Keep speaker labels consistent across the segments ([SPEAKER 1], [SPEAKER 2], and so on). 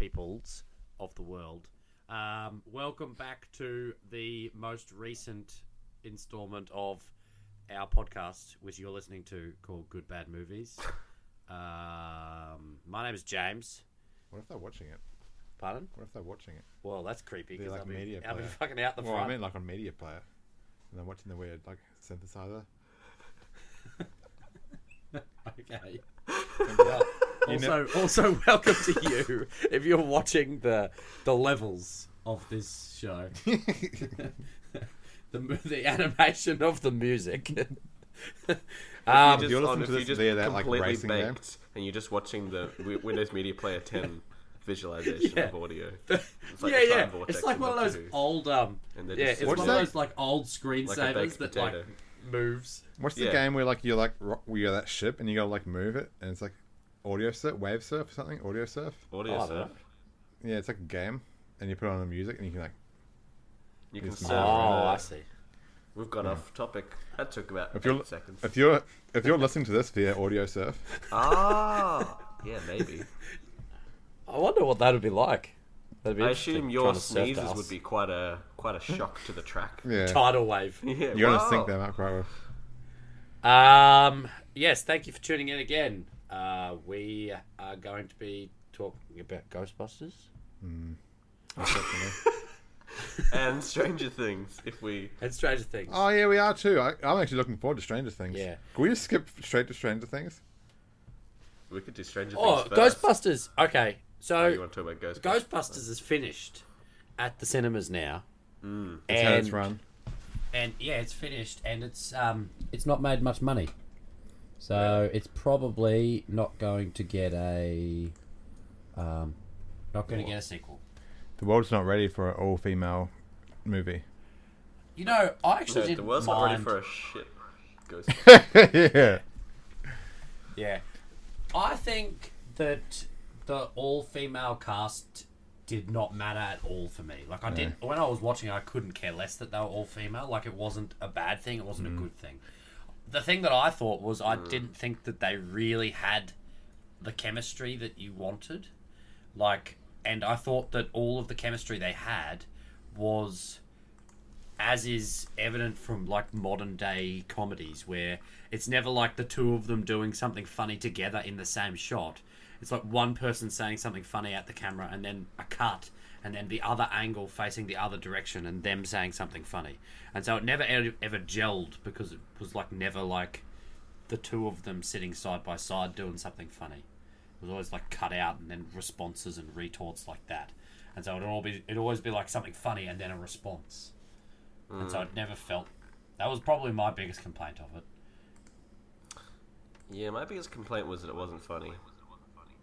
[SPEAKER 1] adults of the world. Um, welcome back to the most recent installment of our podcast, which you're listening to, called Good Bad Movies. Um, my name is James.
[SPEAKER 2] What if they're watching it?
[SPEAKER 1] Pardon?
[SPEAKER 2] What if they're watching it?
[SPEAKER 1] Well, that's creepy.
[SPEAKER 2] They're
[SPEAKER 1] 'cause
[SPEAKER 2] like
[SPEAKER 1] I'll be,
[SPEAKER 2] media
[SPEAKER 1] I'll be
[SPEAKER 2] player.
[SPEAKER 1] fucking out the
[SPEAKER 2] well,
[SPEAKER 1] front.
[SPEAKER 2] I mean, like on Media Player, and they're watching the weird like synthesizer.
[SPEAKER 1] Okay. Well, also, also welcome to you if you're watching the the levels of this show, the mo- the animation of the music. um,
[SPEAKER 2] you just- you're listening
[SPEAKER 3] on-
[SPEAKER 2] to
[SPEAKER 3] if
[SPEAKER 2] this there, that, like,
[SPEAKER 3] completely
[SPEAKER 2] racing game.
[SPEAKER 3] baked and you're just watching the Wi- Windows Media Player 10 visualization
[SPEAKER 1] Yeah.
[SPEAKER 3] of audio. It's
[SPEAKER 1] yeah,
[SPEAKER 3] the
[SPEAKER 1] yeah,
[SPEAKER 3] time vortex
[SPEAKER 1] it's like
[SPEAKER 3] of
[SPEAKER 1] one of
[SPEAKER 3] what to
[SPEAKER 1] those
[SPEAKER 3] do.
[SPEAKER 1] old um,
[SPEAKER 3] And they
[SPEAKER 1] yeah,
[SPEAKER 3] just
[SPEAKER 1] it's one
[SPEAKER 2] What's
[SPEAKER 1] of
[SPEAKER 2] that?
[SPEAKER 1] those like old
[SPEAKER 3] Like a
[SPEAKER 1] screensavers
[SPEAKER 3] baked
[SPEAKER 1] that
[SPEAKER 3] potato.
[SPEAKER 1] like moves.
[SPEAKER 2] What's the
[SPEAKER 3] Yeah.
[SPEAKER 2] game where like you're like ro- where you're that ship and you gotta like move it and it's like audio surf, wave surf or something, audio surf.
[SPEAKER 3] Audio
[SPEAKER 1] Oh, I don't
[SPEAKER 3] surf.
[SPEAKER 1] know.
[SPEAKER 2] Yeah, it's like a game, and you put on the music and you can like
[SPEAKER 3] You can
[SPEAKER 2] It's
[SPEAKER 3] surf.
[SPEAKER 2] Yeah,
[SPEAKER 1] oh,
[SPEAKER 3] uh,
[SPEAKER 1] I see.
[SPEAKER 3] We've gone off topic. That took about
[SPEAKER 2] if you're
[SPEAKER 3] eight seconds.
[SPEAKER 2] if you're if you're listening to this via audio surf,
[SPEAKER 3] Ah, yeah, maybe.
[SPEAKER 1] I wonder what that would be like. That'd be
[SPEAKER 3] I
[SPEAKER 1] interesting,
[SPEAKER 3] assume
[SPEAKER 1] trying
[SPEAKER 3] your
[SPEAKER 1] to surf to
[SPEAKER 3] sneezes
[SPEAKER 1] us.
[SPEAKER 3] would be quite a quite a shock to the track.
[SPEAKER 2] yeah,
[SPEAKER 1] tidal wave.
[SPEAKER 3] Yeah,
[SPEAKER 2] you're gonna
[SPEAKER 3] wow.
[SPEAKER 2] sync them up quite well.
[SPEAKER 1] Um, yes, thank you for tuning in again. Uh, we are going to be talking about Ghostbusters.
[SPEAKER 3] And Stranger Things, if we
[SPEAKER 1] And Stranger Things.
[SPEAKER 2] Oh yeah, we are too. I, I'm actually looking forward to Stranger Things.
[SPEAKER 1] Yeah.
[SPEAKER 2] Can we just skip straight to Stranger Things?
[SPEAKER 3] we could do Stranger
[SPEAKER 1] oh,
[SPEAKER 3] Things first.
[SPEAKER 1] Ghostbusters. Okay,
[SPEAKER 3] Oh, you
[SPEAKER 1] so
[SPEAKER 3] want to talk about Ghostbusters?
[SPEAKER 1] Ghostbusters is finished at the cinemas now. Mm,
[SPEAKER 2] It's
[SPEAKER 1] and,
[SPEAKER 2] had its run.
[SPEAKER 1] and yeah, it's finished, and it's um, it's not made much money, so it's probably not going to get a, um, not going to get a sequel.
[SPEAKER 2] The world's not ready for an all-female movie.
[SPEAKER 1] You know, I actually
[SPEAKER 3] No,
[SPEAKER 1] didn't
[SPEAKER 3] the world's
[SPEAKER 1] mind.
[SPEAKER 3] not ready for a shit Ghostbusters.
[SPEAKER 2] yeah.
[SPEAKER 1] Yeah. I think that the all female cast did not matter at all for me. Like I did when I was watching I couldn't care less that they were all female. Like it wasn't a bad thing, it wasn't a good thing. The thing that I thought was I didn't think that they really had the chemistry that you wanted. Like and I thought that all of the chemistry they had was as is evident from like modern day comedies where it's never like the two of them doing something funny together in the same shot it's like one person saying something funny at the camera and then a cut and then the other angle facing the other direction and them saying something funny and so it never e- ever gelled because it was like never like the two of them sitting side by side doing something funny it was always like cut out and then responses and retorts like that and so it'd all be it'd always be like something funny and then a response and
[SPEAKER 2] Hmm.
[SPEAKER 1] so it never felt. That was probably my biggest complaint of it.
[SPEAKER 3] Yeah, my biggest complaint was that it wasn't funny,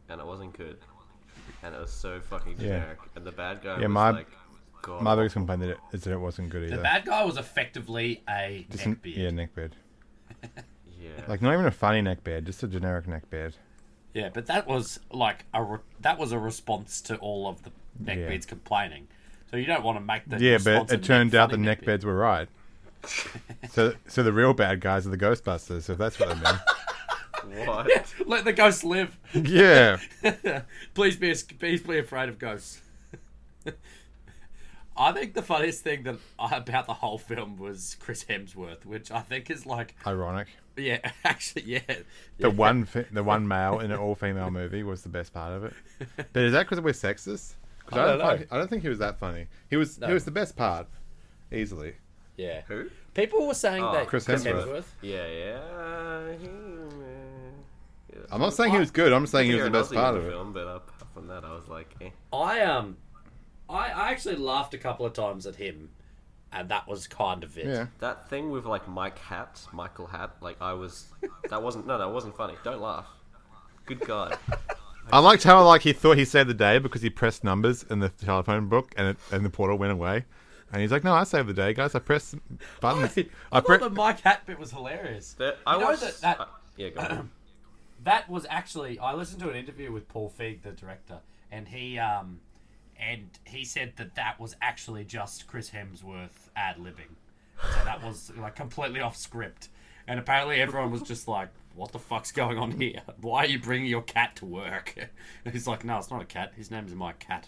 [SPEAKER 3] and it wasn't good, and it was so fucking generic. And the bad guy
[SPEAKER 2] Yeah,
[SPEAKER 3] was
[SPEAKER 2] my-
[SPEAKER 3] like, God,
[SPEAKER 2] My biggest complaint that it, is that it wasn't good either.
[SPEAKER 1] The bad guy was effectively a
[SPEAKER 2] Just an-
[SPEAKER 1] neckbeard.
[SPEAKER 2] Yeah, neckbeard.
[SPEAKER 3] yeah,
[SPEAKER 2] Like not even a funny neckbeard, just a generic neckbeard.
[SPEAKER 1] Yeah, but that was like a re- that was a response to all of the neckbeards
[SPEAKER 2] Yeah. complaining.
[SPEAKER 1] complaining. So you don't want to make the
[SPEAKER 2] Yeah, but it turned out the neckbeards were right. so, so the real bad guys are the Ghostbusters, if that's what they mean.
[SPEAKER 3] what?
[SPEAKER 1] Let the ghosts live.
[SPEAKER 2] yeah,
[SPEAKER 1] please be please be afraid of ghosts. I think the funniest thing that I, about the whole film was Chris Hemsworth, which I think is like
[SPEAKER 2] ironic.
[SPEAKER 1] yeah, actually yeah.
[SPEAKER 2] The one, fe- the one male in an all-female movie was the best part of it. But is that because we're sexist? 'Cause
[SPEAKER 1] I
[SPEAKER 2] I,
[SPEAKER 1] don't
[SPEAKER 2] don't find-
[SPEAKER 1] know.
[SPEAKER 2] I don't think he was that funny. He was,
[SPEAKER 1] No.
[SPEAKER 2] he was the best part, easily.
[SPEAKER 1] yeah.
[SPEAKER 3] Who?
[SPEAKER 1] People were saying
[SPEAKER 3] Oh,
[SPEAKER 1] that
[SPEAKER 2] Ah, Chris Hemsworth.
[SPEAKER 3] Yeah, yeah. he, man. Yeah.
[SPEAKER 2] I'm not saying he was good. I'm just saying he was the
[SPEAKER 3] Aaron
[SPEAKER 2] best
[SPEAKER 3] Ellsworth
[SPEAKER 2] part
[SPEAKER 3] in
[SPEAKER 2] of
[SPEAKER 3] the
[SPEAKER 2] it.
[SPEAKER 3] Film, but apart from that, I was like, eh.
[SPEAKER 1] I um, I, I actually laughed a couple of times at him, and that was kind of it.
[SPEAKER 2] Yeah,
[SPEAKER 3] that thing with like Mike Hat, Michael Hat. Like I was, that wasn't no, that wasn't funny. Don't laugh. Good God.
[SPEAKER 2] I liked how like he thought he saved the day because he pressed numbers in the telephone book and it, and the portal went away. And he's like, "No, I saved the day, guys. I pressed buttons.
[SPEAKER 1] I,
[SPEAKER 2] I, pre-
[SPEAKER 1] thought the Mike Hat bit was hilarious.
[SPEAKER 3] That, I
[SPEAKER 1] You know
[SPEAKER 3] was.
[SPEAKER 1] that- that-
[SPEAKER 3] yeah, go on.
[SPEAKER 1] That was actually I listened to an interview with Paul Feig, the director, and he um, and he said that that was actually just Chris Hemsworth ad libbing. So that was like completely off script, and apparently everyone was just like, what the fuck's going on here? Why are you bringing your cat to work? And he's like, no, it's not a cat. His name is my cat.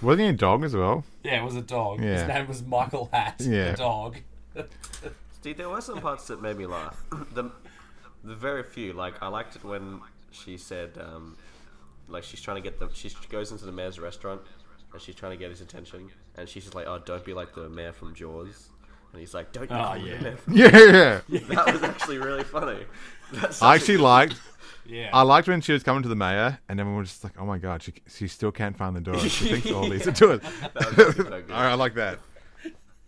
[SPEAKER 2] Wasn't he a dog as well?
[SPEAKER 1] Yeah, it was a dog.
[SPEAKER 2] Yeah.
[SPEAKER 1] His name was Michael Hat,
[SPEAKER 2] Yeah.
[SPEAKER 1] the dog.
[SPEAKER 3] Dude, there were some parts that made me laugh. the, the very few. Like, I liked it when she said, um, like, she's trying to get the. She goes into the mayor's restaurant and she's trying to get his attention. And she's just like, oh, don't be like the mayor from Jaws. And he's like, don't you
[SPEAKER 1] Oh,
[SPEAKER 3] call me
[SPEAKER 1] yeah.
[SPEAKER 3] the mayor from
[SPEAKER 2] Yeah, yeah.
[SPEAKER 3] That was actually really funny. That's
[SPEAKER 2] I
[SPEAKER 3] such a-
[SPEAKER 2] actually liked.
[SPEAKER 1] Yeah.
[SPEAKER 2] I liked when she was coming to the mayor, and everyone was just like, "Oh my god, she, she still can't find the door. She thinks all these are to it."
[SPEAKER 3] That was actually so good.
[SPEAKER 2] I, I like that.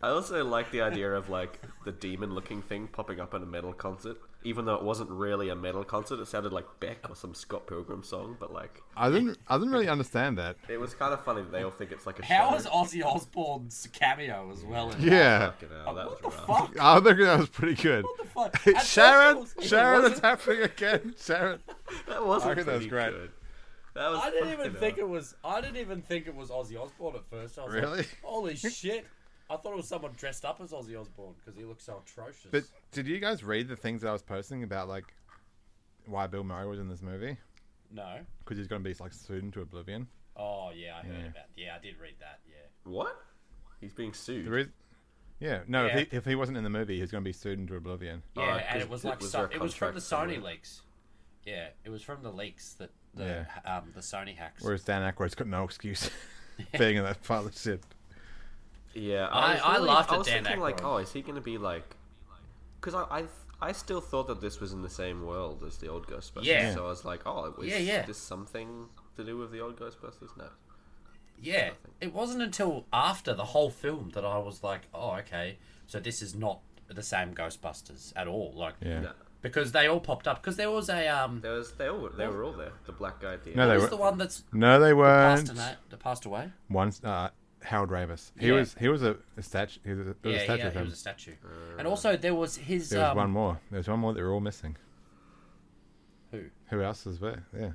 [SPEAKER 3] I also like the idea of like the demon looking thing popping up in a metal concert. Even though it wasn't really a metal concert, it sounded like Beck or some Scott Pilgrim song, but like
[SPEAKER 2] I didn't. I didn't really understand that.
[SPEAKER 3] it was kind of funny that they all think it's like a
[SPEAKER 1] How
[SPEAKER 3] show.
[SPEAKER 1] was Ozzy Osbourne's cameo as well? In
[SPEAKER 2] Yeah,
[SPEAKER 3] Fucking
[SPEAKER 1] That?
[SPEAKER 3] hell,
[SPEAKER 1] Like,
[SPEAKER 3] Oh,
[SPEAKER 1] Uh, what
[SPEAKER 3] that was
[SPEAKER 1] the
[SPEAKER 3] rough.
[SPEAKER 1] fuck?
[SPEAKER 2] I think that was pretty good.
[SPEAKER 1] What the fuck? At first I
[SPEAKER 2] Sharon,
[SPEAKER 1] was like,
[SPEAKER 2] Sharon,
[SPEAKER 1] was
[SPEAKER 2] it's
[SPEAKER 1] it-
[SPEAKER 2] happening again. Sharon,
[SPEAKER 3] That wasn't
[SPEAKER 2] I reckon that was
[SPEAKER 3] pretty
[SPEAKER 2] great.
[SPEAKER 3] good. That was
[SPEAKER 1] I didn't even
[SPEAKER 3] fucking
[SPEAKER 1] think
[SPEAKER 3] hell.
[SPEAKER 1] it was. I didn't even think it was Ozzy Osbourne at first. I was
[SPEAKER 2] Really?
[SPEAKER 1] Like, Holy shit! I thought it was someone dressed up as Ozzy Osbourne because he looked so atrocious.
[SPEAKER 2] but did you guys read the things that I was posting about like why Bill Murray was in this movie?
[SPEAKER 1] no.
[SPEAKER 2] Because he's going to be like sued into oblivion.
[SPEAKER 1] Oh yeah, I heard
[SPEAKER 2] Yeah.
[SPEAKER 1] about. Yeah, I did read that. Yeah.
[SPEAKER 3] What? He's being sued.
[SPEAKER 2] The reason, yeah, no,
[SPEAKER 1] Yeah.
[SPEAKER 2] If, he, if he wasn't in the movie, he was going to be sued into oblivion.
[SPEAKER 3] Oh,
[SPEAKER 1] Yeah, and
[SPEAKER 3] 'cause
[SPEAKER 1] it was
[SPEAKER 3] it-
[SPEAKER 1] like
[SPEAKER 3] was
[SPEAKER 1] so,
[SPEAKER 3] there a
[SPEAKER 1] it was from the
[SPEAKER 3] contract
[SPEAKER 1] Sony
[SPEAKER 3] somewhere?
[SPEAKER 1] leaks. Yeah, it was from the leaks that the um, the Sony hacks.
[SPEAKER 2] Whereas Dan Aykroyd's got no excuse being in that pile of shit.
[SPEAKER 3] Yeah,
[SPEAKER 1] I-
[SPEAKER 3] was
[SPEAKER 1] I
[SPEAKER 3] really-
[SPEAKER 1] laughed
[SPEAKER 3] I
[SPEAKER 1] at
[SPEAKER 3] was
[SPEAKER 1] Dan
[SPEAKER 3] thinking like,
[SPEAKER 1] Aykroyd.
[SPEAKER 3] oh, is he going to be like? Because I, I I still thought that this was in the same world as the old Ghostbusters.
[SPEAKER 1] Yeah.
[SPEAKER 3] So I was like, oh, was
[SPEAKER 1] Yeah, yeah.
[SPEAKER 3] this something to do with the old Ghostbusters? No.
[SPEAKER 1] Yeah, it wasn't until after the whole film that I was like, oh, okay, so this is not the same Ghostbusters at all. Like,
[SPEAKER 2] Yeah.
[SPEAKER 3] No.
[SPEAKER 1] because they all popped up. Because there was a um,
[SPEAKER 3] There was they all they were all there. The black guy at the
[SPEAKER 2] No,
[SPEAKER 3] end.
[SPEAKER 2] they
[SPEAKER 1] who's
[SPEAKER 2] were.
[SPEAKER 1] the one that's
[SPEAKER 2] No, they
[SPEAKER 1] passed,
[SPEAKER 2] weren't.
[SPEAKER 1] tonight, that passed away?
[SPEAKER 2] Once uh, Harold Ravis. He
[SPEAKER 1] Yeah.
[SPEAKER 2] was. He was a, a statue. He was a, there was
[SPEAKER 1] Yeah,
[SPEAKER 2] a statue
[SPEAKER 1] yeah,
[SPEAKER 2] of
[SPEAKER 1] he
[SPEAKER 2] him.
[SPEAKER 1] was a statue. And also there was his
[SPEAKER 2] There was
[SPEAKER 1] um,
[SPEAKER 2] one more. There was one more that we're all missing.
[SPEAKER 1] who?
[SPEAKER 2] Who else was there? Yeah.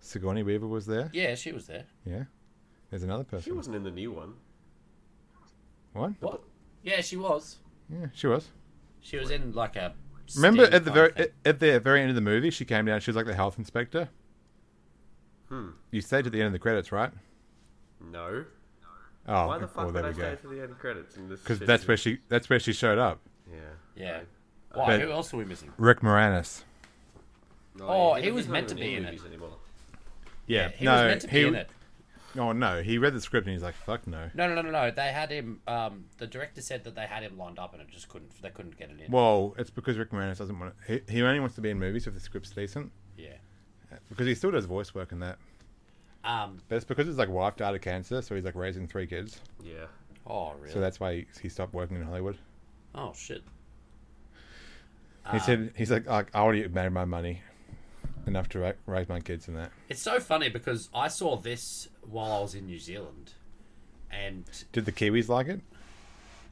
[SPEAKER 2] Sigourney Weaver was there.
[SPEAKER 1] Yeah, she was there.
[SPEAKER 2] Yeah. There's another
[SPEAKER 3] She
[SPEAKER 2] person.
[SPEAKER 3] wasn't in the new one.
[SPEAKER 2] What?
[SPEAKER 1] What? Yeah, she was.
[SPEAKER 2] Yeah, she was.
[SPEAKER 1] She was in like a.
[SPEAKER 2] Remember
[SPEAKER 1] sting
[SPEAKER 2] at the
[SPEAKER 1] kind
[SPEAKER 2] very
[SPEAKER 1] of
[SPEAKER 2] at,
[SPEAKER 1] thing.
[SPEAKER 2] at the very end of the movie, she came down. She was like the health inspector. Hmm. You stayed to the end of the credits, right?
[SPEAKER 3] No.
[SPEAKER 2] Oh,
[SPEAKER 3] Why the fuck
[SPEAKER 2] well, there
[SPEAKER 3] would I
[SPEAKER 2] we go.
[SPEAKER 3] stay to the end credits in this?
[SPEAKER 2] Because
[SPEAKER 3] shitty
[SPEAKER 2] that's where
[SPEAKER 3] movie?
[SPEAKER 2] she that's where she showed up.
[SPEAKER 3] Yeah.
[SPEAKER 1] Yeah.
[SPEAKER 3] Right.
[SPEAKER 1] Why?
[SPEAKER 2] e-, But-
[SPEAKER 1] who else were we missing?
[SPEAKER 2] Rick Moranis.
[SPEAKER 1] Oh,
[SPEAKER 3] yeah,
[SPEAKER 1] he was
[SPEAKER 3] he's not
[SPEAKER 1] meant
[SPEAKER 3] even
[SPEAKER 1] to be in
[SPEAKER 3] movies
[SPEAKER 1] it.
[SPEAKER 3] anymore.
[SPEAKER 2] Yeah,
[SPEAKER 1] He
[SPEAKER 2] no,
[SPEAKER 1] was meant to be
[SPEAKER 2] he,
[SPEAKER 1] in it.
[SPEAKER 2] Oh no, he read the script and he's like, "Fuck no."
[SPEAKER 1] No, no, no, no, no. They had him. Um, the director said that they had him lined up, and it just couldn't. They couldn't get it in.
[SPEAKER 2] Well, it's because Rick Moranis doesn't want to. He, he only wants to be in movies if the script's decent,
[SPEAKER 1] Yeah.
[SPEAKER 2] because he still does voice work in that.
[SPEAKER 1] Um.
[SPEAKER 2] But it's because his like wife died of cancer, so he's like raising three kids.
[SPEAKER 3] Yeah.
[SPEAKER 1] Oh really?
[SPEAKER 2] So that's why he, he stopped working in Hollywood.
[SPEAKER 1] oh shit. Ah.
[SPEAKER 2] He said he's like, like I already made my money enough to ra- raise my kids and that.
[SPEAKER 1] It's so funny because I saw this while I was in New Zealand, and
[SPEAKER 2] Did the Kiwis like it?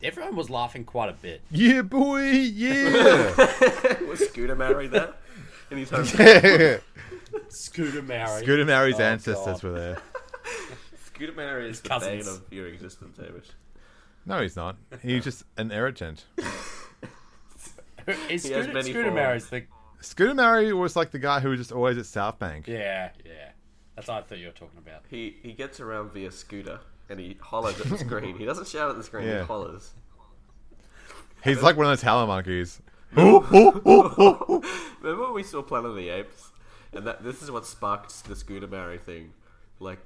[SPEAKER 1] everyone was laughing quite a bit.
[SPEAKER 2] Yeah, boy, yeah.
[SPEAKER 3] Was Scooter married that? In his home.
[SPEAKER 1] Scooter Mary.
[SPEAKER 2] Good and Mary's
[SPEAKER 1] Oh,
[SPEAKER 2] ancestors
[SPEAKER 1] God.
[SPEAKER 2] were there.
[SPEAKER 3] Scooter Mary is the
[SPEAKER 1] cousins.
[SPEAKER 3] bane of your existence, Hamish.
[SPEAKER 2] No, he's not. He's just an irritant.
[SPEAKER 1] Is
[SPEAKER 3] He has
[SPEAKER 1] Scooter,
[SPEAKER 3] many
[SPEAKER 1] Scooter
[SPEAKER 3] forms.
[SPEAKER 1] Mary's the?
[SPEAKER 2] Scooter Mary was like the guy who was just always at South Bank.
[SPEAKER 1] Yeah, yeah. That's what I thought you were talking about.
[SPEAKER 3] He he gets around via scooter and he hollers at the screen. He doesn't shout at the screen.
[SPEAKER 2] Yeah.
[SPEAKER 3] He hollers.
[SPEAKER 2] He's like one of those howler monkeys. Oh, oh, oh, oh, oh.
[SPEAKER 3] Remember when we saw Planet of the Apes, and that this is what sparked the scooter Mary thing. Like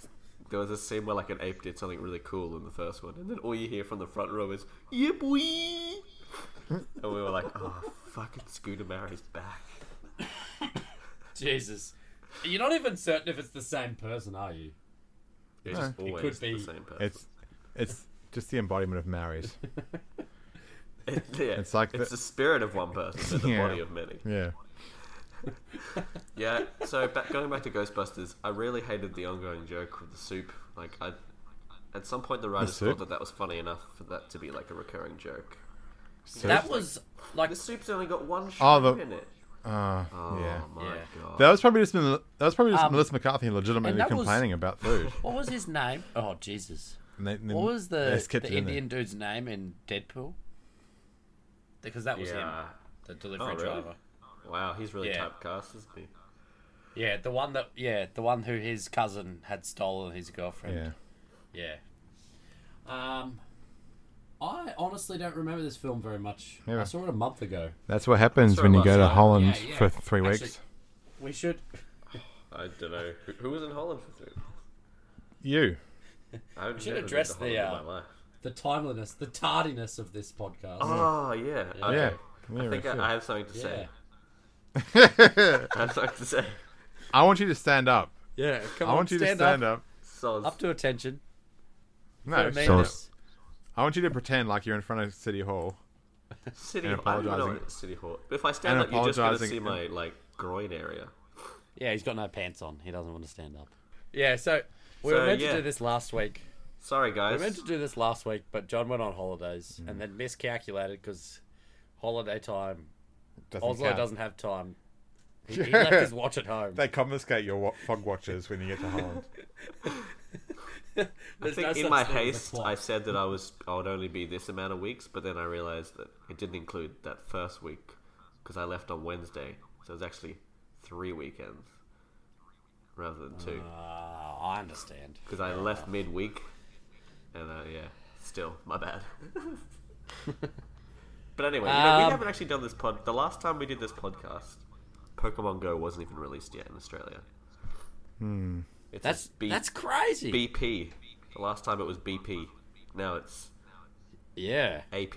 [SPEAKER 3] there was a scene where like an ape did something really cool in the first one, and then all you hear from the front row is "Yeah, boy," and we were like, "Oh, fucking scooter Mary's back."
[SPEAKER 1] Jesus. You're not even certain if it's the same person, are you?
[SPEAKER 3] It's just
[SPEAKER 1] It
[SPEAKER 3] always
[SPEAKER 1] could be-
[SPEAKER 3] the same person.
[SPEAKER 2] It's it's just the embodiment of Mary's.
[SPEAKER 3] It- yeah,
[SPEAKER 2] it's like
[SPEAKER 3] it's
[SPEAKER 2] the-
[SPEAKER 3] the, spirit of one person, but the
[SPEAKER 2] Yeah.
[SPEAKER 3] body of many.
[SPEAKER 2] Yeah.
[SPEAKER 3] Yeah, so back, going back to Ghostbusters, I really hated the ongoing joke with the soup. Like, I, at some point, the writers
[SPEAKER 2] soup?
[SPEAKER 3] thought that that was funny enough for that to be like a recurring joke.
[SPEAKER 2] So,
[SPEAKER 1] that was like
[SPEAKER 3] The soup's only got one
[SPEAKER 2] Oh,
[SPEAKER 3] shrimp
[SPEAKER 2] the-
[SPEAKER 3] in it.
[SPEAKER 2] uh,
[SPEAKER 3] Oh
[SPEAKER 2] yeah.
[SPEAKER 3] my
[SPEAKER 1] Yeah.
[SPEAKER 3] god!
[SPEAKER 2] That was probably just Mel- that was probably just
[SPEAKER 1] Um,
[SPEAKER 2] Melissa McCarthy legitimately
[SPEAKER 1] and that was-
[SPEAKER 2] complaining about food.
[SPEAKER 1] what was his name? Oh Jesus.
[SPEAKER 2] And they- and then
[SPEAKER 1] What was
[SPEAKER 2] they
[SPEAKER 1] the,
[SPEAKER 2] just kept
[SPEAKER 1] the
[SPEAKER 2] it in there.
[SPEAKER 1] Indian dude's name in Deadpool? because that was him,
[SPEAKER 3] Yeah.
[SPEAKER 1] the delivery
[SPEAKER 3] Oh, really?
[SPEAKER 1] driver.
[SPEAKER 3] Wow, he's really
[SPEAKER 1] Yeah.
[SPEAKER 3] typecast, isn't he?
[SPEAKER 1] Yeah, the one that yeah, the one who his cousin had stolen his
[SPEAKER 2] Yeah.
[SPEAKER 1] girlfriend. Yeah. Um, I honestly don't remember this film very much.
[SPEAKER 2] Yeah.
[SPEAKER 1] I saw it a month ago.
[SPEAKER 2] That's what happens
[SPEAKER 3] Sorry,
[SPEAKER 2] when you
[SPEAKER 3] last
[SPEAKER 2] go to
[SPEAKER 3] night.
[SPEAKER 2] Holland
[SPEAKER 1] Yeah, yeah.
[SPEAKER 2] for three
[SPEAKER 1] Actually-
[SPEAKER 2] weeks.
[SPEAKER 1] We should.
[SPEAKER 3] I don't know who, who was in Holland for three.
[SPEAKER 2] You.
[SPEAKER 3] I haven't
[SPEAKER 1] should
[SPEAKER 3] never been
[SPEAKER 1] address
[SPEAKER 3] to
[SPEAKER 1] the,
[SPEAKER 3] Holland in
[SPEAKER 1] uh,
[SPEAKER 3] my life.
[SPEAKER 1] The timeliness, the tardiness of this podcast.
[SPEAKER 2] Uh,
[SPEAKER 3] Oh yeah. Okay.
[SPEAKER 2] Yeah.
[SPEAKER 3] I think uh, I, I have something to
[SPEAKER 1] yeah.
[SPEAKER 3] say. I have something to say.
[SPEAKER 2] I want you to stand up.
[SPEAKER 1] Yeah. Come
[SPEAKER 2] I want you to stand up.
[SPEAKER 3] Solid.
[SPEAKER 1] Up to attention.
[SPEAKER 2] No,
[SPEAKER 1] Gotta
[SPEAKER 2] so-
[SPEAKER 1] mean this.
[SPEAKER 2] I want you to pretend like you're in front of City Hall.
[SPEAKER 3] City.
[SPEAKER 2] and
[SPEAKER 3] I don't even know
[SPEAKER 2] apologising.
[SPEAKER 3] what City Hall. If I stand
[SPEAKER 2] And
[SPEAKER 3] up, you're just gonna
[SPEAKER 2] apologising.
[SPEAKER 3] see my like groin area.
[SPEAKER 1] Yeah, he's got no pants on. He doesn't want to stand up. Yeah, so we were
[SPEAKER 3] So,
[SPEAKER 1] meant
[SPEAKER 3] yeah.
[SPEAKER 1] to do this last week.
[SPEAKER 3] Sorry
[SPEAKER 1] We
[SPEAKER 3] guys.
[SPEAKER 1] were meant to do this last week, but John went on holidays
[SPEAKER 2] Mm.
[SPEAKER 1] and then miscalculated because holiday time.
[SPEAKER 2] Doesn't
[SPEAKER 1] Oslo
[SPEAKER 2] count.
[SPEAKER 1] doesn't have time. He, he left his watch at home.
[SPEAKER 2] They confiscate your wa- fog watches when you get to Holland.
[SPEAKER 3] I
[SPEAKER 1] There's
[SPEAKER 3] think
[SPEAKER 1] no
[SPEAKER 3] in
[SPEAKER 1] such
[SPEAKER 3] my
[SPEAKER 1] thing as a
[SPEAKER 3] haste,
[SPEAKER 1] clock.
[SPEAKER 3] I said that I was I would only be this amount of weeks, but then I realized that it didn't include that first week because I left on Wednesday, so it was actually three weekends rather than two
[SPEAKER 1] Ah, I understand.
[SPEAKER 3] because I left midweek, and uh, yeah, still my bad. but anyway, you know,
[SPEAKER 1] Um,
[SPEAKER 3] we haven't actually done this pod. The last time we did this podcast, Pokemon Go wasn't even released yet in Australia. Hmm. It's
[SPEAKER 1] That's
[SPEAKER 3] a B-
[SPEAKER 1] that's crazy.
[SPEAKER 3] BP. The last time it was BP. Now it's
[SPEAKER 1] yeah.
[SPEAKER 3] AP.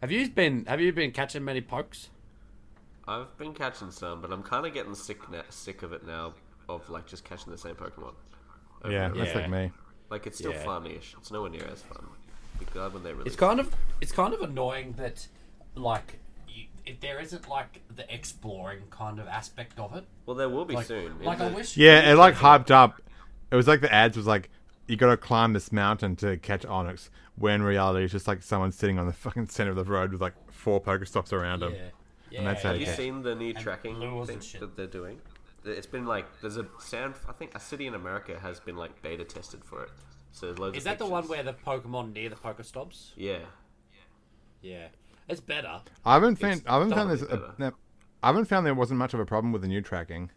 [SPEAKER 1] Have you been Have you been catching many pokes?
[SPEAKER 3] I've been catching some, but I'm kind of getting sick na- sick of it now of like just catching the same Pokemon. over
[SPEAKER 2] Yeah,
[SPEAKER 3] and over.
[SPEAKER 2] that's
[SPEAKER 1] Yeah.
[SPEAKER 2] like me.
[SPEAKER 3] Like it's still
[SPEAKER 1] Yeah.
[SPEAKER 3] fun-ish. It's nowhere near as fun. Be glad when they release.
[SPEAKER 1] It's kind of it's kind of annoying that like you, if there isn't like the exploring kind of aspect of it.
[SPEAKER 3] Well, there will be
[SPEAKER 1] Like,
[SPEAKER 3] soon.
[SPEAKER 1] like
[SPEAKER 3] in
[SPEAKER 1] I
[SPEAKER 3] the-
[SPEAKER 1] wish.
[SPEAKER 2] Yeah, it like hyped up. It was like the ads was like, you got to climb this mountain to catch Onyx. When in reality, it's just like someone sitting on the fucking center of the road with like four Pokestops around
[SPEAKER 1] Yeah.
[SPEAKER 2] him.
[SPEAKER 1] yeah.
[SPEAKER 2] And that's how
[SPEAKER 3] Have you
[SPEAKER 2] Okay.
[SPEAKER 3] seen the new tracking
[SPEAKER 1] lures
[SPEAKER 3] thing
[SPEAKER 1] and shit.
[SPEAKER 3] that they're doing? It's been like there's a sound. I think a city in America has been like beta tested for it. So there's loads
[SPEAKER 1] Is
[SPEAKER 3] of
[SPEAKER 1] that the
[SPEAKER 3] pictures.
[SPEAKER 1] one where the Pokemon near the Pokestops?
[SPEAKER 3] Yeah.
[SPEAKER 1] Yeah, it's better.
[SPEAKER 2] I haven't found.
[SPEAKER 3] It's
[SPEAKER 2] I haven't found
[SPEAKER 3] totally
[SPEAKER 2] there's. A,
[SPEAKER 3] better.
[SPEAKER 2] no, I haven't found there wasn't much of a problem with the new tracking.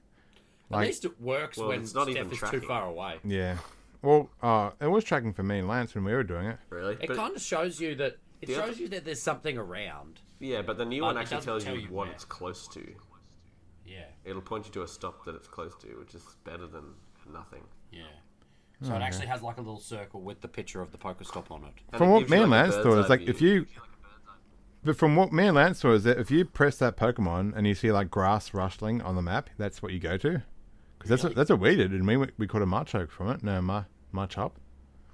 [SPEAKER 1] At
[SPEAKER 2] Like-
[SPEAKER 1] least it works
[SPEAKER 3] Well,
[SPEAKER 1] when
[SPEAKER 3] it's not
[SPEAKER 1] Steph
[SPEAKER 3] even
[SPEAKER 1] is
[SPEAKER 3] tracking.
[SPEAKER 1] too far away.
[SPEAKER 2] Yeah. Well, uh, it was tracking for me and Lance when we were doing it.
[SPEAKER 3] Really?
[SPEAKER 1] It
[SPEAKER 3] But-
[SPEAKER 1] kind of shows you that it
[SPEAKER 3] The
[SPEAKER 1] shows
[SPEAKER 3] other-
[SPEAKER 1] you that there's something around.
[SPEAKER 3] Yeah, but the new
[SPEAKER 1] But
[SPEAKER 3] one
[SPEAKER 1] it
[SPEAKER 3] actually
[SPEAKER 1] doesn't
[SPEAKER 3] tells
[SPEAKER 1] tell you
[SPEAKER 3] you what
[SPEAKER 1] where.
[SPEAKER 3] it's close to.
[SPEAKER 1] Yeah,
[SPEAKER 3] It'll point you to a stop that it's close to, which is better than nothing.
[SPEAKER 1] yeah.
[SPEAKER 2] Hmm,
[SPEAKER 1] So it actually has like a little circle with the picture of the Pokestop on it.
[SPEAKER 3] And
[SPEAKER 2] From
[SPEAKER 3] it
[SPEAKER 2] what
[SPEAKER 3] gives
[SPEAKER 2] me
[SPEAKER 3] you,
[SPEAKER 2] and
[SPEAKER 3] like, a
[SPEAKER 2] Lance thought,
[SPEAKER 3] bird's
[SPEAKER 2] it's
[SPEAKER 3] eye
[SPEAKER 2] like if
[SPEAKER 3] view.
[SPEAKER 2] you. But from what me and Lance saw is that if you press that Pokemon and you see like grass rustling on the map, that's what you go to, because that's what, that's what we did, and we we caught a Marchoke from it. No, Mar Marchup.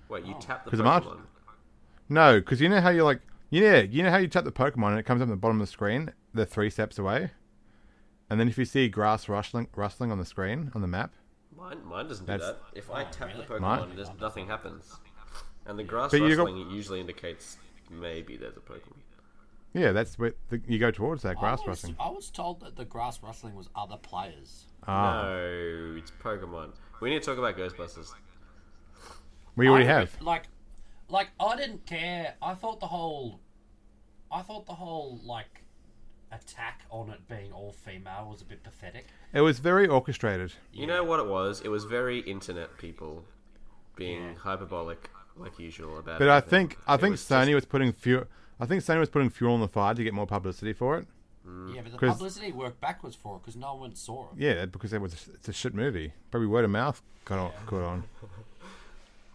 [SPEAKER 3] wait,
[SPEAKER 1] Oh.
[SPEAKER 3] you tap the
[SPEAKER 2] 'Cause I'm out-
[SPEAKER 3] Pokemon.
[SPEAKER 2] No, because you know how you like you know you know how you tap the Pokemon and it comes up at the bottom of the screen, the three steps away, and then if you see grass rustling rustling on the screen on the map,
[SPEAKER 3] Mine, mine doesn't do
[SPEAKER 2] That's-
[SPEAKER 3] that. If I tap
[SPEAKER 1] Oh, really?
[SPEAKER 3] the Pokemon,
[SPEAKER 2] Mine-
[SPEAKER 3] there's nothing happens. And the grass
[SPEAKER 2] But you got-
[SPEAKER 3] rustling usually indicates maybe there's a Pokemon.
[SPEAKER 2] yeah, that's where the, you go towards that grass
[SPEAKER 1] I was,
[SPEAKER 2] rustling.
[SPEAKER 1] I was told that the grass rustling was other players.
[SPEAKER 3] No, it's Pokemon. We need to talk about Ghostbusters.
[SPEAKER 2] We already
[SPEAKER 1] I don't-
[SPEAKER 2] have.
[SPEAKER 1] Like, like I didn't care. I thought the whole, I thought the whole like attack on it being all female was a bit pathetic.
[SPEAKER 2] It was very orchestrated.
[SPEAKER 3] You know what it was? It was very internet people being hyperbolic, like usual, about
[SPEAKER 2] But I
[SPEAKER 3] everything.
[SPEAKER 2] think I
[SPEAKER 3] It
[SPEAKER 2] think
[SPEAKER 3] was
[SPEAKER 2] Sony was putting fuel. I think Sony was putting fuel on the fire to get more publicity for it.
[SPEAKER 3] Hmm.
[SPEAKER 1] Yeah, but the
[SPEAKER 2] 'Cause-
[SPEAKER 1] publicity worked backwards for it because no one saw it.
[SPEAKER 2] Yeah, because it was it's a shit movie. Probably word of mouth got on. Got on.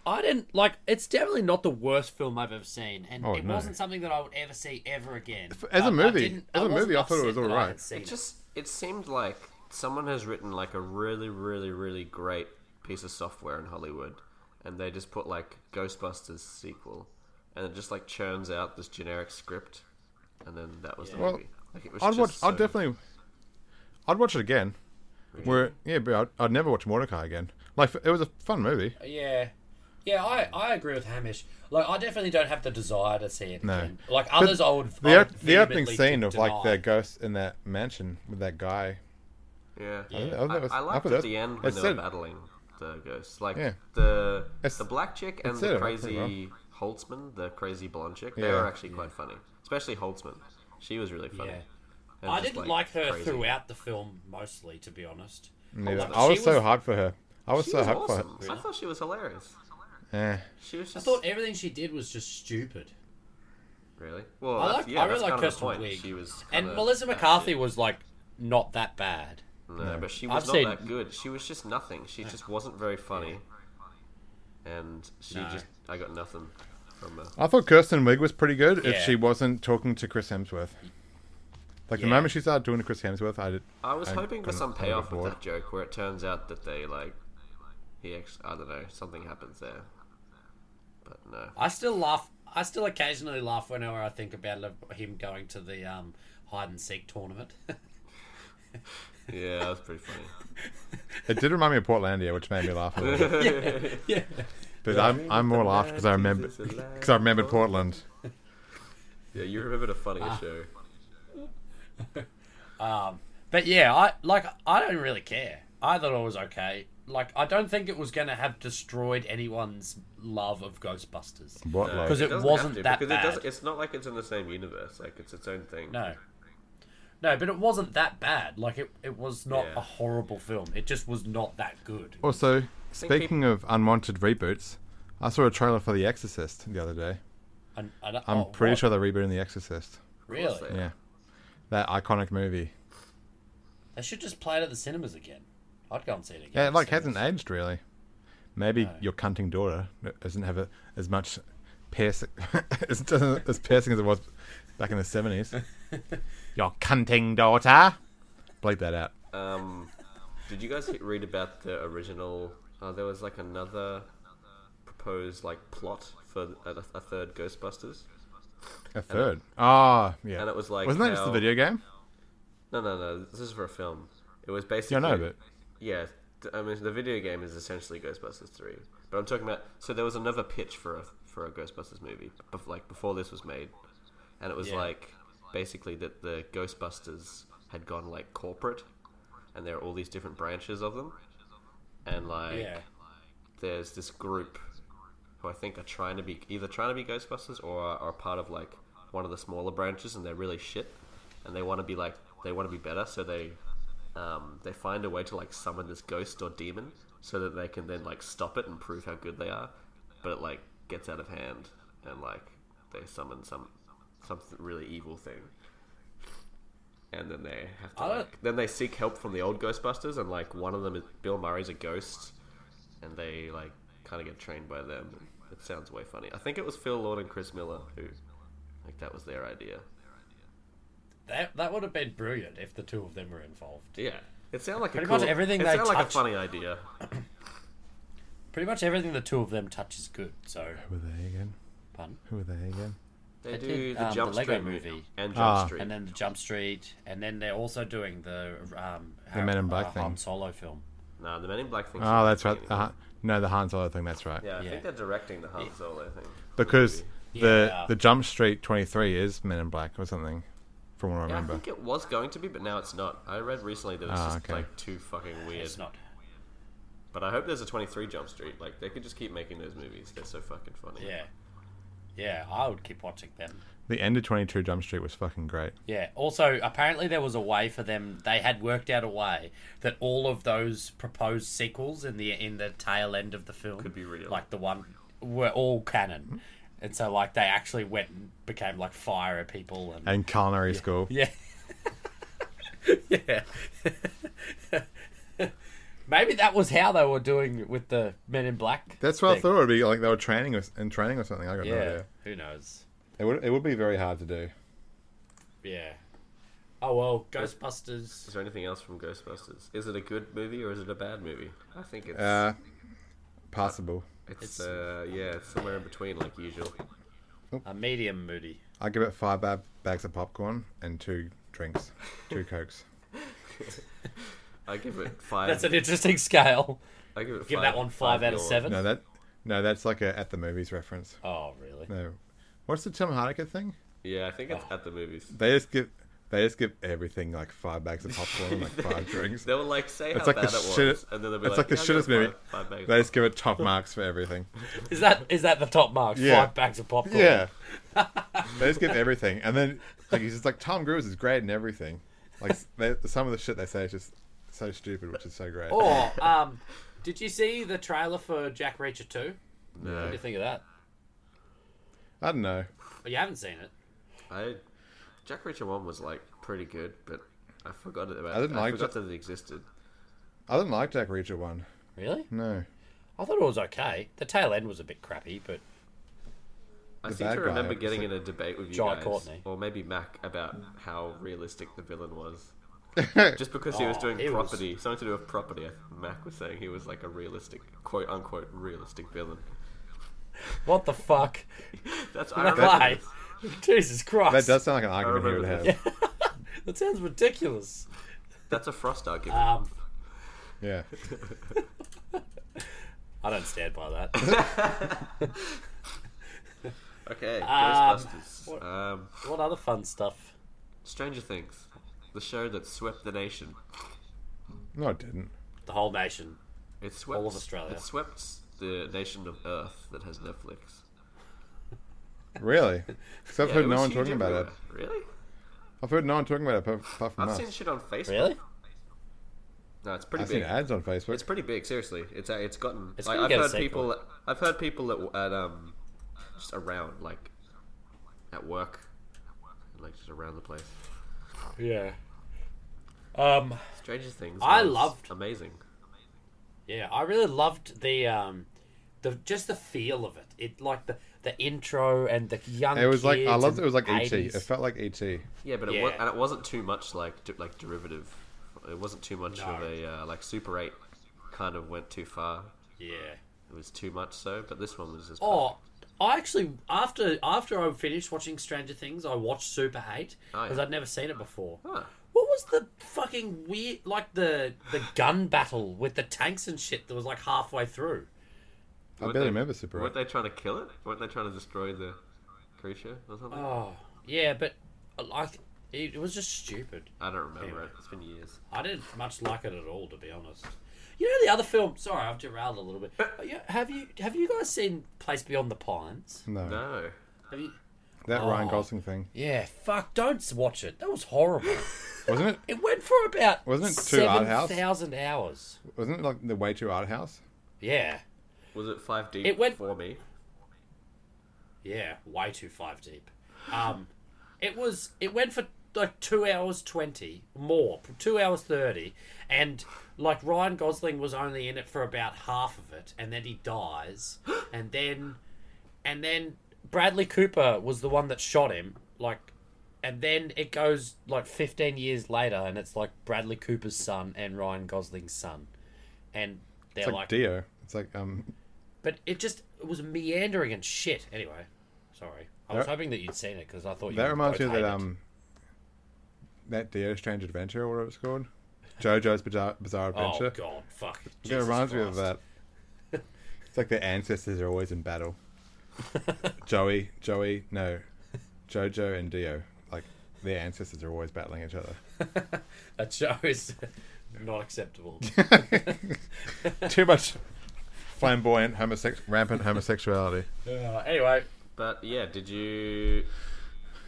[SPEAKER 1] I didn't like. It's definitely not the worst film I've ever seen, and
[SPEAKER 2] Oh,
[SPEAKER 1] it
[SPEAKER 2] no.
[SPEAKER 1] wasn't something that I would ever see ever again.
[SPEAKER 2] as
[SPEAKER 1] But
[SPEAKER 2] a
[SPEAKER 1] I
[SPEAKER 2] movie-
[SPEAKER 1] didn't-
[SPEAKER 2] as a
[SPEAKER 1] wasn't
[SPEAKER 2] movie, I thought it was
[SPEAKER 1] upset that
[SPEAKER 2] alright.
[SPEAKER 1] had seen
[SPEAKER 3] It
[SPEAKER 1] it.
[SPEAKER 3] just it seemed like someone has written like a really, really, really great piece of software in Hollywood, and they just put like Ghostbusters sequel, and it just like churns out this generic script, and then that was the
[SPEAKER 2] Well,
[SPEAKER 3] movie. Like, it was
[SPEAKER 2] I'd
[SPEAKER 3] just uh,
[SPEAKER 2] watch.
[SPEAKER 3] so-
[SPEAKER 2] I'd definitely. I'd watch it again. Where yeah, but I'd, I'd never watch Mordecai again. Like it was a fun movie.
[SPEAKER 1] Yeah. Yeah, I, I agree with Hamish. Like, I definitely don't have the desire to see it
[SPEAKER 2] No.
[SPEAKER 1] again. Like, others I would. I
[SPEAKER 2] The,
[SPEAKER 1] would
[SPEAKER 2] op- the opening
[SPEAKER 1] vehemently
[SPEAKER 2] scene
[SPEAKER 1] de-
[SPEAKER 2] of like
[SPEAKER 1] deny.
[SPEAKER 2] the ghost in that mansion with that guy.
[SPEAKER 3] Yeah,
[SPEAKER 2] I,
[SPEAKER 3] I,
[SPEAKER 2] thought it was-
[SPEAKER 3] I liked
[SPEAKER 2] thought
[SPEAKER 3] at
[SPEAKER 2] it was-
[SPEAKER 3] the end
[SPEAKER 2] it
[SPEAKER 3] when they were
[SPEAKER 2] said-
[SPEAKER 3] battling the ghosts, like
[SPEAKER 2] Yeah.
[SPEAKER 3] the
[SPEAKER 2] It's-
[SPEAKER 3] the black chick and
[SPEAKER 2] said it,
[SPEAKER 3] the
[SPEAKER 2] I think,
[SPEAKER 3] crazy Holtzman, the crazy blonde chick. They
[SPEAKER 2] Yeah.
[SPEAKER 3] were actually quite funny. especially Holtzman. She was really funny.
[SPEAKER 1] Yeah.
[SPEAKER 3] And
[SPEAKER 1] I
[SPEAKER 3] just,
[SPEAKER 1] didn't like, her
[SPEAKER 3] crazy.
[SPEAKER 1] throughout the film, mostly, to be honest.
[SPEAKER 2] Neither.
[SPEAKER 1] Like,
[SPEAKER 2] I
[SPEAKER 1] she
[SPEAKER 2] was so hyped for her. I was
[SPEAKER 3] She
[SPEAKER 2] so
[SPEAKER 3] was
[SPEAKER 2] hyped
[SPEAKER 3] awesome.
[SPEAKER 2] for
[SPEAKER 3] I thought she was hilarious.
[SPEAKER 2] her.
[SPEAKER 3] She was
[SPEAKER 1] I
[SPEAKER 3] just
[SPEAKER 1] thought everything she did was just stupid.
[SPEAKER 3] really
[SPEAKER 1] I
[SPEAKER 3] well. that's-
[SPEAKER 1] like-
[SPEAKER 3] yeah,
[SPEAKER 1] I really
[SPEAKER 3] that's
[SPEAKER 1] like
[SPEAKER 3] kind of the
[SPEAKER 1] Kirsten
[SPEAKER 3] point.
[SPEAKER 1] Wiig.
[SPEAKER 3] She was
[SPEAKER 1] And
[SPEAKER 3] kinda
[SPEAKER 1] Melissa
[SPEAKER 3] batshit.
[SPEAKER 1] McCarthy was like not that bad.
[SPEAKER 3] No, but she
[SPEAKER 1] I've
[SPEAKER 3] was not
[SPEAKER 1] seen-
[SPEAKER 3] that good. She was just nothing. She just wasn't very funny, and she
[SPEAKER 1] No.
[SPEAKER 3] just I got nothing from her.
[SPEAKER 2] I thought Kirsten Wig was pretty good if
[SPEAKER 1] Yeah.
[SPEAKER 2] she wasn't talking to Chris Hemsworth. Like the
[SPEAKER 1] Yeah.
[SPEAKER 2] moment she started talking to Chris Hemsworth, I did.
[SPEAKER 3] I was
[SPEAKER 2] I
[SPEAKER 3] hoping for
[SPEAKER 2] couldn't-
[SPEAKER 3] some
[SPEAKER 2] I got
[SPEAKER 3] payoff with
[SPEAKER 2] bored.
[SPEAKER 3] that joke where it turns out that they like he actually I don't know something happens there, but no.
[SPEAKER 1] I still laugh. I still occasionally laugh whenever I think about li- him going to the um, hide and seek tournament.
[SPEAKER 3] Yeah, that was pretty funny.
[SPEAKER 2] It did remind me of Portlandia, which made me laugh a little bit.
[SPEAKER 1] yeah.
[SPEAKER 2] But I'm, I'm more laughed because I remember because I remembered Portland.
[SPEAKER 3] Yeah, you remembered a funnier
[SPEAKER 2] Ah.
[SPEAKER 3] show.
[SPEAKER 1] But yeah, I like. I don't really care. I thought it was okay. Like, I don't think it was going to have destroyed anyone's love of Ghostbusters.
[SPEAKER 2] What
[SPEAKER 3] No,
[SPEAKER 2] like?
[SPEAKER 1] 'Cause it
[SPEAKER 3] doesn't
[SPEAKER 1] wasn't
[SPEAKER 3] have to,
[SPEAKER 1] that
[SPEAKER 3] because It does,
[SPEAKER 1] bad.
[SPEAKER 3] it's not like it's in the same universe. Like it's its own thing.
[SPEAKER 1] No. No, but it wasn't that bad. Like, it, it was not
[SPEAKER 3] Yeah.
[SPEAKER 1] a horrible film. It just was not that good.
[SPEAKER 2] Also, speaking of unwanted reboots, I saw a trailer for The Exorcist the other day.
[SPEAKER 1] And, and,
[SPEAKER 2] I'm
[SPEAKER 1] oh,
[SPEAKER 2] pretty
[SPEAKER 1] what?
[SPEAKER 2] sure they're rebooting The Exorcist.
[SPEAKER 1] Really?
[SPEAKER 3] they-
[SPEAKER 1] They?
[SPEAKER 2] Yeah, that iconic movie.
[SPEAKER 1] should just play it at the cinemas again. I'd go and see it again.
[SPEAKER 2] Yeah, it
[SPEAKER 1] at
[SPEAKER 2] like
[SPEAKER 1] the
[SPEAKER 2] hasn't
[SPEAKER 1] cinemas.
[SPEAKER 2] aged really. Maybe your cunting daughter doesn't have a, as much piercing as, doesn't- as piercing as it was back in the seventies. your cunting daughter. Bleep that out.
[SPEAKER 3] Um, did you guys read about the original? Uh, there was like another proposed like plot for a, a third Ghostbusters.
[SPEAKER 2] A third. Ah, yeah.
[SPEAKER 3] and it was like
[SPEAKER 2] wasn't that just the
[SPEAKER 3] how-
[SPEAKER 2] video game?
[SPEAKER 3] No, no, no. This is for a film. It was basically.
[SPEAKER 2] Yeah, I know, but
[SPEAKER 3] Yeah, th- I mean the video game is essentially Ghostbusters three, but I'm talking about. So there was another pitch for a for a Ghostbusters movie, bef- like before this was made, and it was
[SPEAKER 1] Yeah.
[SPEAKER 3] like basically that the Ghostbusters had gone like corporate, and there are all these different branches of them, and like
[SPEAKER 1] Yeah.
[SPEAKER 3] there's this group who I think are trying to be either trying to be Ghostbusters or are, are part of like one of the smaller branches, and they're really shit, and they want to be like they want to be better, so they um, they find a way to like summon this ghost or demon so that they can then like stop it and prove how good they are, but it like gets out of hand and like they summon some some really evil thing. And then they have to
[SPEAKER 1] I don't-
[SPEAKER 3] like, then they seek help from the old Ghostbusters and like one of them is Bill Murray's a ghost and they like kind of get trained by them. It sounds way funny. I think it was Phil Lord and Chris Miller who, like, that was their idea.
[SPEAKER 1] That, that would have been brilliant if the two of them were involved.
[SPEAKER 3] Yeah, it sounded like
[SPEAKER 1] Pretty
[SPEAKER 3] a cool,
[SPEAKER 1] much everything
[SPEAKER 3] It
[SPEAKER 1] they
[SPEAKER 3] sounded like a
[SPEAKER 1] touch-
[SPEAKER 3] funny idea.
[SPEAKER 1] Pretty much everything the two of them touch is good. So,
[SPEAKER 2] who were they again?
[SPEAKER 1] pun.
[SPEAKER 2] Who were they again?
[SPEAKER 3] They
[SPEAKER 1] They
[SPEAKER 3] do
[SPEAKER 1] did,
[SPEAKER 3] the
[SPEAKER 1] um,
[SPEAKER 3] Jump
[SPEAKER 1] the Lego
[SPEAKER 3] Street
[SPEAKER 1] movie.
[SPEAKER 3] and Jump
[SPEAKER 2] Ah.
[SPEAKER 3] Street.
[SPEAKER 1] And then the Jump Street, and then they're also doing the um, Har-
[SPEAKER 2] Men in Black
[SPEAKER 1] uh, Han
[SPEAKER 2] thing.
[SPEAKER 1] Solo film.
[SPEAKER 3] no, the Men in Black thing.
[SPEAKER 2] Oh, that's right. The Han- no, the Han Solo thing. That's right.
[SPEAKER 3] Yeah, I
[SPEAKER 1] Yeah.
[SPEAKER 3] think they're directing the Han Solo thing.
[SPEAKER 2] Because the
[SPEAKER 1] Yeah.
[SPEAKER 2] the Jump Street 23 is Men in Black or something, from what I
[SPEAKER 3] Yeah, I
[SPEAKER 2] remember.
[SPEAKER 3] think it was going to be, but now it's not. I read recently that it's
[SPEAKER 2] Ah,
[SPEAKER 3] just
[SPEAKER 2] okay.
[SPEAKER 3] like too fucking weird.
[SPEAKER 1] It's not.
[SPEAKER 3] But I hope there's a 23 Jump Street. Like they could just keep making those movies. They're so fucking funny.
[SPEAKER 1] Yeah. Yeah, I would keep watching them.
[SPEAKER 2] The end of 22 Jump Street was fucking great.
[SPEAKER 1] Yeah. Also, apparently there was a way for them. They had worked out a way that all of those proposed sequels in the in the tail end of the film
[SPEAKER 3] Could be real.
[SPEAKER 1] Like the one were all canon, and so like they actually went and became like fire people and
[SPEAKER 2] And culinary school.
[SPEAKER 1] yeah, yeah. Maybe that was how they were doing it with the Men in Black.
[SPEAKER 2] That's what I
[SPEAKER 1] thing.
[SPEAKER 2] thought it would be like they were training us in training or something. I got no
[SPEAKER 1] Oh, Yeah.
[SPEAKER 2] idea.
[SPEAKER 1] Who knows?
[SPEAKER 2] It would it would be very hard to do.
[SPEAKER 1] Yeah. Oh well, Ghostbusters.
[SPEAKER 3] Is there anything else from Ghostbusters? Is it a good movie or is it a bad movie? I think it's
[SPEAKER 2] Uh, possible.
[SPEAKER 3] it's,
[SPEAKER 1] it's-
[SPEAKER 3] uh, yeah, it's somewhere in between, like usual.
[SPEAKER 1] A medium moody.
[SPEAKER 2] I give it five ba- bags of popcorn and two drinks, two cokes.
[SPEAKER 3] I give it five.
[SPEAKER 1] That's an interesting scale.
[SPEAKER 3] I give it
[SPEAKER 1] Give
[SPEAKER 3] five,
[SPEAKER 1] that one five out of
[SPEAKER 3] yawn.
[SPEAKER 1] seven.
[SPEAKER 2] No, that no, that's like a at the movies reference.
[SPEAKER 1] Oh, really?
[SPEAKER 2] No, what's the Tim Hardiker thing?
[SPEAKER 1] Oh.
[SPEAKER 3] Yeah, I think it's at the movies.
[SPEAKER 2] They just give They just give everything like five bags of popcorn and like five drinks.
[SPEAKER 3] They were like, say
[SPEAKER 2] It's
[SPEAKER 3] how
[SPEAKER 2] like the
[SPEAKER 3] bad it was,
[SPEAKER 2] shit.
[SPEAKER 3] and then they'll be
[SPEAKER 2] It's
[SPEAKER 3] like,
[SPEAKER 2] like the
[SPEAKER 3] "Yeah, I'll
[SPEAKER 2] shittest
[SPEAKER 3] go
[SPEAKER 2] movie.
[SPEAKER 3] Five, five bags
[SPEAKER 2] They
[SPEAKER 3] of
[SPEAKER 2] just give it top marks for everything.
[SPEAKER 1] Is that is that the top mark?
[SPEAKER 2] Yeah.
[SPEAKER 1] Five bags of popcorn.
[SPEAKER 2] Yeah. they just give everything, and then like he's just like Tom Cruise is great and everything. Like they, some of the shit they say is just so stupid, which is so great.
[SPEAKER 3] Oh.
[SPEAKER 1] Or um, did you see the trailer for Jack Reacher Two? What
[SPEAKER 3] No.
[SPEAKER 1] do you think of that?
[SPEAKER 2] I don't know.
[SPEAKER 1] Oh, you haven't seen it.
[SPEAKER 3] I Jack Reacher one was like pretty good, but I forgot it about.
[SPEAKER 2] I didn't like
[SPEAKER 3] forgot
[SPEAKER 2] it.
[SPEAKER 3] that it existed.
[SPEAKER 2] I didn't like Jack Reacher one.
[SPEAKER 1] Really?
[SPEAKER 2] No.
[SPEAKER 1] I thought it was okay. The tail end was a bit crappy, but
[SPEAKER 3] I
[SPEAKER 2] The
[SPEAKER 3] seem
[SPEAKER 2] bad
[SPEAKER 3] to
[SPEAKER 2] guy,
[SPEAKER 3] remember
[SPEAKER 2] it's
[SPEAKER 3] getting
[SPEAKER 2] like-
[SPEAKER 3] in a debate with you
[SPEAKER 1] Jai
[SPEAKER 3] guys,
[SPEAKER 1] Courtney.
[SPEAKER 3] or maybe Mac, about how realistic the villain was. Just because he was
[SPEAKER 1] Oh,
[SPEAKER 3] doing
[SPEAKER 1] it was-
[SPEAKER 3] property, something to do with property. I- Mac was saying he was like a realistic, quote unquote, realistic villain.
[SPEAKER 1] what the fuck?
[SPEAKER 3] That's I remember
[SPEAKER 1] Why?
[SPEAKER 3] this.
[SPEAKER 1] Jesus
[SPEAKER 2] That
[SPEAKER 1] Christ!
[SPEAKER 2] does sound like an argument he would
[SPEAKER 3] remember
[SPEAKER 2] have.
[SPEAKER 3] this.
[SPEAKER 1] That sounds ridiculous.
[SPEAKER 3] That's a frost argument.
[SPEAKER 1] Um,
[SPEAKER 2] Yeah.
[SPEAKER 1] I don't stand by that.
[SPEAKER 3] okay, Ghostbusters. Um,
[SPEAKER 1] um, what other fun stuff?
[SPEAKER 3] Stranger Things, the show that swept the nation.
[SPEAKER 2] No, it didn't.
[SPEAKER 1] The whole nation.
[SPEAKER 3] It swept
[SPEAKER 1] of Australia.
[SPEAKER 3] It swept the nation of Earth that has Netflix.
[SPEAKER 2] Really? Because I've
[SPEAKER 3] Yeah, it
[SPEAKER 2] heard no
[SPEAKER 3] was
[SPEAKER 2] one
[SPEAKER 3] huge
[SPEAKER 2] talking about it.
[SPEAKER 3] everywhere. Really?
[SPEAKER 2] I've heard no one talking about it apart apart from
[SPEAKER 3] I've
[SPEAKER 2] us.
[SPEAKER 3] seen shit on Facebook.
[SPEAKER 1] Really?
[SPEAKER 3] No, it's pretty
[SPEAKER 2] I've
[SPEAKER 3] big.
[SPEAKER 2] seen ads on Facebook.
[SPEAKER 3] It's pretty big, seriously. It's uh, it's gotten.
[SPEAKER 1] It's
[SPEAKER 3] like,
[SPEAKER 1] gonna
[SPEAKER 3] I've
[SPEAKER 1] get a
[SPEAKER 3] heard
[SPEAKER 1] sequel.
[SPEAKER 3] people. I've heard people at, at um, just around like, at work, like just around the place.
[SPEAKER 1] Yeah. Um.
[SPEAKER 3] Stranger Things.
[SPEAKER 1] I
[SPEAKER 3] was
[SPEAKER 1] loved-
[SPEAKER 3] amazing.
[SPEAKER 1] Yeah, I really loved the um, the just the feel of it. It like the the intro and the young.
[SPEAKER 2] it was like I
[SPEAKER 1] kids
[SPEAKER 2] loved
[SPEAKER 1] and
[SPEAKER 2] it. It was like ET. It
[SPEAKER 1] 80s.
[SPEAKER 2] felt like E ET.
[SPEAKER 3] Yeah, but it was,
[SPEAKER 1] Yeah.
[SPEAKER 3] and it wasn't too much like de- like derivative. It wasn't too much of
[SPEAKER 1] No.
[SPEAKER 3] a uh, like Super Eight kind of went too far.
[SPEAKER 1] Yeah.
[SPEAKER 3] It was too much so, but this one was just.
[SPEAKER 1] Oh, I actually after after I finished watching Stranger Things, I watched Super Hate
[SPEAKER 3] Oh, yeah.
[SPEAKER 1] because I'd never seen it before.
[SPEAKER 3] perfect. Huh.
[SPEAKER 1] What was the fucking weird like the the gun battle with the tanks and shit that was like halfway through?
[SPEAKER 2] I
[SPEAKER 3] Weren't
[SPEAKER 2] barely
[SPEAKER 3] they-
[SPEAKER 2] remember Super
[SPEAKER 3] Weren't
[SPEAKER 2] Eight.
[SPEAKER 3] they trying to kill it? Weren't they trying to destroy the creature or something?
[SPEAKER 1] Oh, yeah, but uh, like it, it was just stupid.
[SPEAKER 3] I don't remember it. It's been years.
[SPEAKER 1] I didn't much like it at all, to be honest. You know the other film. Sorry, I've derailed a little bit. But yeah, have you have you guys seen Place Beyond the Pines?
[SPEAKER 2] No.
[SPEAKER 3] No.
[SPEAKER 1] Have you?
[SPEAKER 2] That Ryan
[SPEAKER 1] Oh.
[SPEAKER 2] Gosling thing.
[SPEAKER 1] Yeah, fuck, don't s- watch it. That was horrible.
[SPEAKER 2] Wasn't it
[SPEAKER 1] It went for about
[SPEAKER 2] Wasn't it too art
[SPEAKER 1] seven
[SPEAKER 2] house?
[SPEAKER 1] thousand hours.
[SPEAKER 2] wasn't it like the way too art house?
[SPEAKER 1] Yeah,
[SPEAKER 3] Was it five deep
[SPEAKER 1] It went-
[SPEAKER 3] for me?
[SPEAKER 1] yeah, way too five deep. Um, it was. It went for like two hours twenty more, two hours thirty, and like Ryan Gosling was only in it for about half of it, and then he dies, and then, and then Bradley Cooper was the one that shot him, like. And then it goes like 15 years later, and it's like Bradley Cooper's son and Ryan Gosling's son. And they're
[SPEAKER 2] It's like,
[SPEAKER 1] like
[SPEAKER 2] Dio. It's like um
[SPEAKER 1] But it just it was meandering and shit. Anyway, sorry. I was
[SPEAKER 2] That-
[SPEAKER 1] hoping that you'd seen it because I thought you
[SPEAKER 2] that
[SPEAKER 1] would
[SPEAKER 2] reminds me
[SPEAKER 1] both
[SPEAKER 2] of that
[SPEAKER 1] hate it.
[SPEAKER 2] um that Dio Strange Adventure or whatever it's called. JoJo's Bizarre, Bizarre
[SPEAKER 1] Oh
[SPEAKER 2] um, Adventure.
[SPEAKER 1] god, fuck.
[SPEAKER 2] it
[SPEAKER 1] Jesus
[SPEAKER 2] reminds me of
[SPEAKER 1] Christ.
[SPEAKER 2] that. It's like their ancestors are always in battle. Joey, Joey, no, Jojo and Dio. Like their ancestors are always battling each other.
[SPEAKER 1] That show is not acceptable.
[SPEAKER 2] Too much flamboyant homosex- rampant homosexuality.
[SPEAKER 1] Uh, anyway,
[SPEAKER 3] But yeah, did you?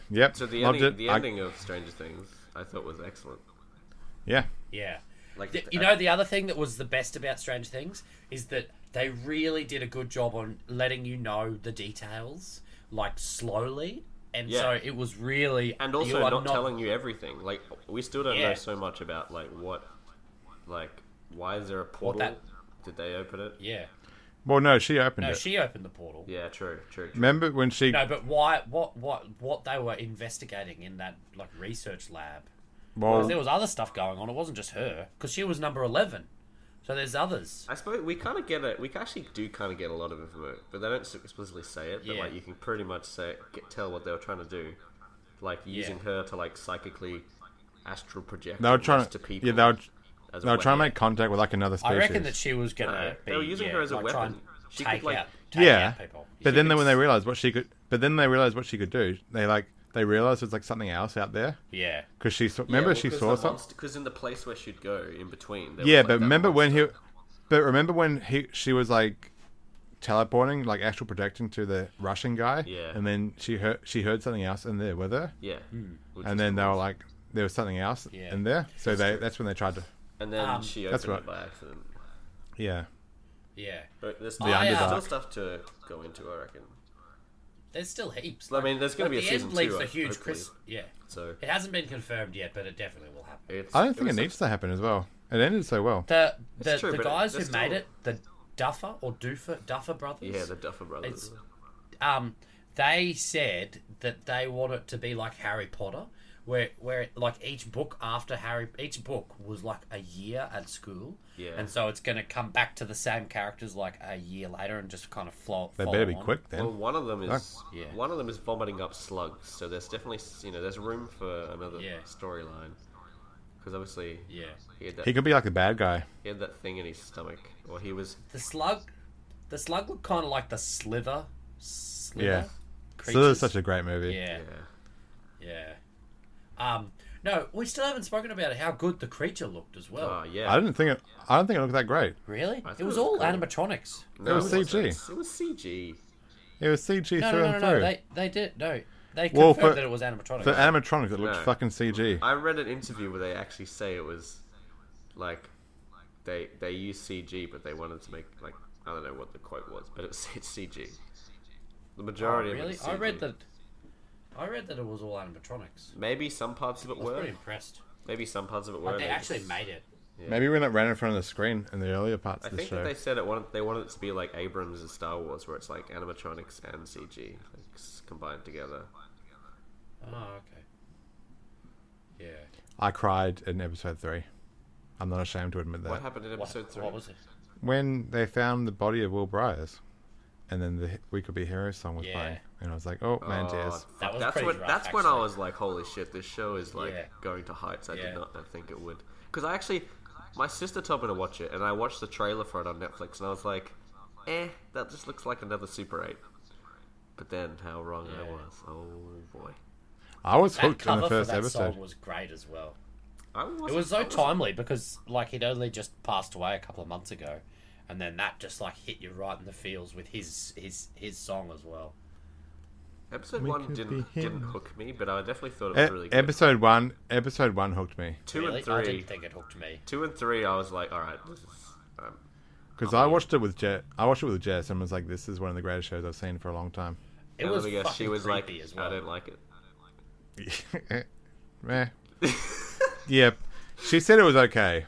[SPEAKER 2] Yep.
[SPEAKER 3] So the
[SPEAKER 2] loved
[SPEAKER 3] ending,
[SPEAKER 2] it.
[SPEAKER 3] the
[SPEAKER 2] I-
[SPEAKER 3] ending of Stranger Things, I thought was excellent.
[SPEAKER 2] yeah.
[SPEAKER 1] yeah.
[SPEAKER 3] Like
[SPEAKER 1] Th- you know the other thing that was the best about Stranger Things is that they really did a good job on letting you know the details like slowly. And
[SPEAKER 3] Yeah.
[SPEAKER 1] so it was really
[SPEAKER 3] and
[SPEAKER 1] you
[SPEAKER 3] also
[SPEAKER 1] are
[SPEAKER 3] not, telling you everything. Like we still don't know
[SPEAKER 1] Yeah.
[SPEAKER 3] so much about like what, like why is there a portal?
[SPEAKER 1] that-
[SPEAKER 3] Did they open it?
[SPEAKER 1] Yeah.
[SPEAKER 2] Well, no, she opened
[SPEAKER 1] No,
[SPEAKER 2] it.
[SPEAKER 1] she opened the portal.
[SPEAKER 3] Yeah, true, true. true.
[SPEAKER 2] Remember when she
[SPEAKER 1] No, but why? What? What? What they were investigating in that like research lab?
[SPEAKER 2] well,
[SPEAKER 1] Because there was other stuff going on. It wasn't just her. Because she was number eleven. So there's others.
[SPEAKER 3] I suppose we kind of get it. We actually do kind of get a lot of info, but they don't s- explicitly say it. But
[SPEAKER 1] Yeah.
[SPEAKER 3] like you can pretty much say get, tell what they were trying to do, like using her to like psychically astral project.
[SPEAKER 2] they were
[SPEAKER 3] messages
[SPEAKER 2] trying to,
[SPEAKER 3] to people.
[SPEAKER 2] yeah they were,
[SPEAKER 3] as a
[SPEAKER 2] they were trying to
[SPEAKER 3] weapon.
[SPEAKER 2] make contact with like another species.
[SPEAKER 1] I reckon that she was gonna.
[SPEAKER 3] No,
[SPEAKER 1] be,
[SPEAKER 3] Uh, they were using
[SPEAKER 1] yeah,
[SPEAKER 3] her as a
[SPEAKER 1] like, try
[SPEAKER 3] weapon.
[SPEAKER 1] and
[SPEAKER 3] She
[SPEAKER 1] take
[SPEAKER 3] could, like-
[SPEAKER 1] out, take
[SPEAKER 2] yeah,
[SPEAKER 1] out people.
[SPEAKER 2] but then they- when
[SPEAKER 3] could
[SPEAKER 2] they
[SPEAKER 3] s-
[SPEAKER 2] realized what she could, but then they realized what she could do. They like they realize there's like something else out there
[SPEAKER 1] Yeah.
[SPEAKER 2] because she saw, remember she saw something.
[SPEAKER 3] Because in the place where she'd go, in between. there
[SPEAKER 2] Yeah,
[SPEAKER 3] was,
[SPEAKER 2] but
[SPEAKER 3] like, that
[SPEAKER 2] remember when he,
[SPEAKER 3] monster.
[SPEAKER 2] but remember when he she was like teleporting, like actual projecting to the Russian guy.
[SPEAKER 3] Yeah.
[SPEAKER 2] And then she heard she heard something else in there with her,
[SPEAKER 3] Yeah.
[SPEAKER 2] Hmm.
[SPEAKER 3] Which
[SPEAKER 2] and
[SPEAKER 3] is
[SPEAKER 2] then they
[SPEAKER 3] cool.
[SPEAKER 2] were like, there was something else
[SPEAKER 1] Yeah.
[SPEAKER 2] in there. So they that's when they tried to.
[SPEAKER 3] And then
[SPEAKER 1] Um,
[SPEAKER 3] she
[SPEAKER 2] That's
[SPEAKER 3] opened it
[SPEAKER 2] right.
[SPEAKER 3] by accident.
[SPEAKER 2] Yeah.
[SPEAKER 1] Yeah.
[SPEAKER 3] But there's
[SPEAKER 1] The
[SPEAKER 3] there's
[SPEAKER 1] Underdark.
[SPEAKER 3] still stuff to go into, I reckon.
[SPEAKER 1] There's still heaps.
[SPEAKER 3] I mean, there's
[SPEAKER 1] But
[SPEAKER 3] going to be a
[SPEAKER 1] the
[SPEAKER 3] season
[SPEAKER 1] end leaves
[SPEAKER 3] two.
[SPEAKER 1] a huge
[SPEAKER 3] hopefully.
[SPEAKER 1] Chris. Yeah.
[SPEAKER 3] So
[SPEAKER 1] It hasn't been confirmed yet, but it definitely will happen.
[SPEAKER 3] it's,
[SPEAKER 2] I don't think it
[SPEAKER 3] was
[SPEAKER 2] needs to happen as well. It ended so well.
[SPEAKER 1] The the,
[SPEAKER 3] true,
[SPEAKER 1] the
[SPEAKER 3] but
[SPEAKER 1] guys who
[SPEAKER 3] they're
[SPEAKER 1] made
[SPEAKER 3] still-
[SPEAKER 1] it, the Duffer or Doofer Duffer
[SPEAKER 3] A,
[SPEAKER 1] brothers.
[SPEAKER 3] yeah, the Duffer Brothers.
[SPEAKER 1] It's- um, they said that they want it to be like Harry Potter, where where like each book after Harry, each book was like a year at school,
[SPEAKER 3] Yeah.
[SPEAKER 1] and so it's going to come back to the same characters like a year later and just kind of flow.
[SPEAKER 2] They
[SPEAKER 1] follow
[SPEAKER 2] better be
[SPEAKER 1] on.
[SPEAKER 2] quick then.
[SPEAKER 3] well, one of them is
[SPEAKER 1] Yeah.
[SPEAKER 3] one of them is vomiting up slugs. So there's definitely you know there's room for another
[SPEAKER 1] Yeah.
[SPEAKER 3] storyline because obviously
[SPEAKER 1] Yeah,
[SPEAKER 3] he had, that,
[SPEAKER 2] He
[SPEAKER 3] he,
[SPEAKER 2] could be like the bad guy.
[SPEAKER 3] had that thing in his stomach, or he was
[SPEAKER 1] the slug, the slug looked kind of like the sliver. Sliver
[SPEAKER 2] Yeah.
[SPEAKER 1] creatures.
[SPEAKER 2] Still is such a great movie.
[SPEAKER 1] yeah,
[SPEAKER 3] yeah.
[SPEAKER 1] yeah. Um, no, we still haven't spoken about how good the creature looked as well.
[SPEAKER 3] Oh yeah,
[SPEAKER 2] I didn't think it. I don't think it looked that great.
[SPEAKER 1] really, it
[SPEAKER 3] thought
[SPEAKER 1] was
[SPEAKER 3] it was
[SPEAKER 1] all
[SPEAKER 3] cool.
[SPEAKER 1] animatronics.
[SPEAKER 3] No,
[SPEAKER 2] It was
[SPEAKER 3] wasn't.
[SPEAKER 2] CG.
[SPEAKER 3] It was CG.
[SPEAKER 2] It was CG
[SPEAKER 1] No,
[SPEAKER 2] through
[SPEAKER 1] no, no, no,
[SPEAKER 2] and
[SPEAKER 1] no.
[SPEAKER 2] through.
[SPEAKER 1] They they did no. They confirmed
[SPEAKER 2] Well, for-
[SPEAKER 1] that it was animatronic.
[SPEAKER 2] For animatronics, it looked
[SPEAKER 3] No.
[SPEAKER 2] fucking CG.
[SPEAKER 3] I read an interview where they actually say it was like they they used CG, but they wanted to make like I don't know what the quote was, but it was it's CG.
[SPEAKER 1] Oh,
[SPEAKER 3] The majority of it
[SPEAKER 1] really?
[SPEAKER 3] is
[SPEAKER 1] I
[SPEAKER 3] CG.
[SPEAKER 1] read that. I read that it was all animatronics.
[SPEAKER 3] Maybe some parts of it
[SPEAKER 1] I was
[SPEAKER 3] were.
[SPEAKER 1] pretty impressed.
[SPEAKER 3] Maybe some parts of it were.
[SPEAKER 1] Like, they
[SPEAKER 3] just-
[SPEAKER 1] actually made it.
[SPEAKER 2] Maybe when it ran in front of the screen in the earlier parts
[SPEAKER 3] I
[SPEAKER 2] of the
[SPEAKER 3] think
[SPEAKER 2] show.
[SPEAKER 3] that they said it wanted they wanted it to be like Abrams and Star Wars, where it's like animatronics and CG like, s- combined together.
[SPEAKER 1] Oh, okay. Yeah.
[SPEAKER 2] I cried in episode three. I'm not ashamed to admit
[SPEAKER 3] What
[SPEAKER 2] that.
[SPEAKER 3] happened in
[SPEAKER 1] What,
[SPEAKER 3] episode three?
[SPEAKER 1] what was it?
[SPEAKER 2] When they found the body of Will Byers, and then the We Could Be Heroes song was
[SPEAKER 1] Yeah.
[SPEAKER 2] playing, and I was like, oh, man, tears.
[SPEAKER 3] fuck,
[SPEAKER 1] That was
[SPEAKER 3] that's
[SPEAKER 1] pretty
[SPEAKER 3] when
[SPEAKER 1] rough,
[SPEAKER 3] that's when I
[SPEAKER 1] actually.
[SPEAKER 3] was like, holy shit, this show is like
[SPEAKER 1] Yeah.
[SPEAKER 3] going to heights I
[SPEAKER 1] Yeah.
[SPEAKER 3] did not think it would. Because I actually, my sister told me to watch it, and I watched the trailer for it on Netflix, and I was like, eh, that just looks like another Super Eight. But then, how wrong I
[SPEAKER 1] Yeah.
[SPEAKER 3] was! Oh boy,
[SPEAKER 2] I was
[SPEAKER 1] That
[SPEAKER 2] hooked on
[SPEAKER 1] cover
[SPEAKER 2] the first
[SPEAKER 1] for that
[SPEAKER 2] episode.
[SPEAKER 1] song was great as well.
[SPEAKER 3] I
[SPEAKER 1] It
[SPEAKER 3] wasn't-
[SPEAKER 1] was so
[SPEAKER 3] I wasn't-
[SPEAKER 1] timely because like he'd only just passed away a couple of months ago, and then that just like hit you right in the feels with his his his song as well.
[SPEAKER 3] Episode
[SPEAKER 2] We
[SPEAKER 3] one
[SPEAKER 2] could
[SPEAKER 3] didn't
[SPEAKER 2] be
[SPEAKER 3] didn't
[SPEAKER 2] him.
[SPEAKER 3] hook me, but I definitely thought it
[SPEAKER 2] E-
[SPEAKER 3] was really good.
[SPEAKER 2] episode one, episode one hooked me
[SPEAKER 3] two
[SPEAKER 1] really?
[SPEAKER 3] and
[SPEAKER 1] I
[SPEAKER 3] three,
[SPEAKER 1] didn't think it hooked me.
[SPEAKER 3] two and three, I was like, all right, this is. Um,
[SPEAKER 1] Oh,
[SPEAKER 2] because I watched it with Jess. I watched it with Jess and was like, this is one of the greatest shows I've seen for a long time.
[SPEAKER 1] It
[SPEAKER 3] and
[SPEAKER 1] was
[SPEAKER 3] I guess she
[SPEAKER 1] fucking
[SPEAKER 3] was like,
[SPEAKER 1] creepy as
[SPEAKER 3] I
[SPEAKER 1] well.
[SPEAKER 3] don't like it.
[SPEAKER 2] Meh. yeah, she said it was okay.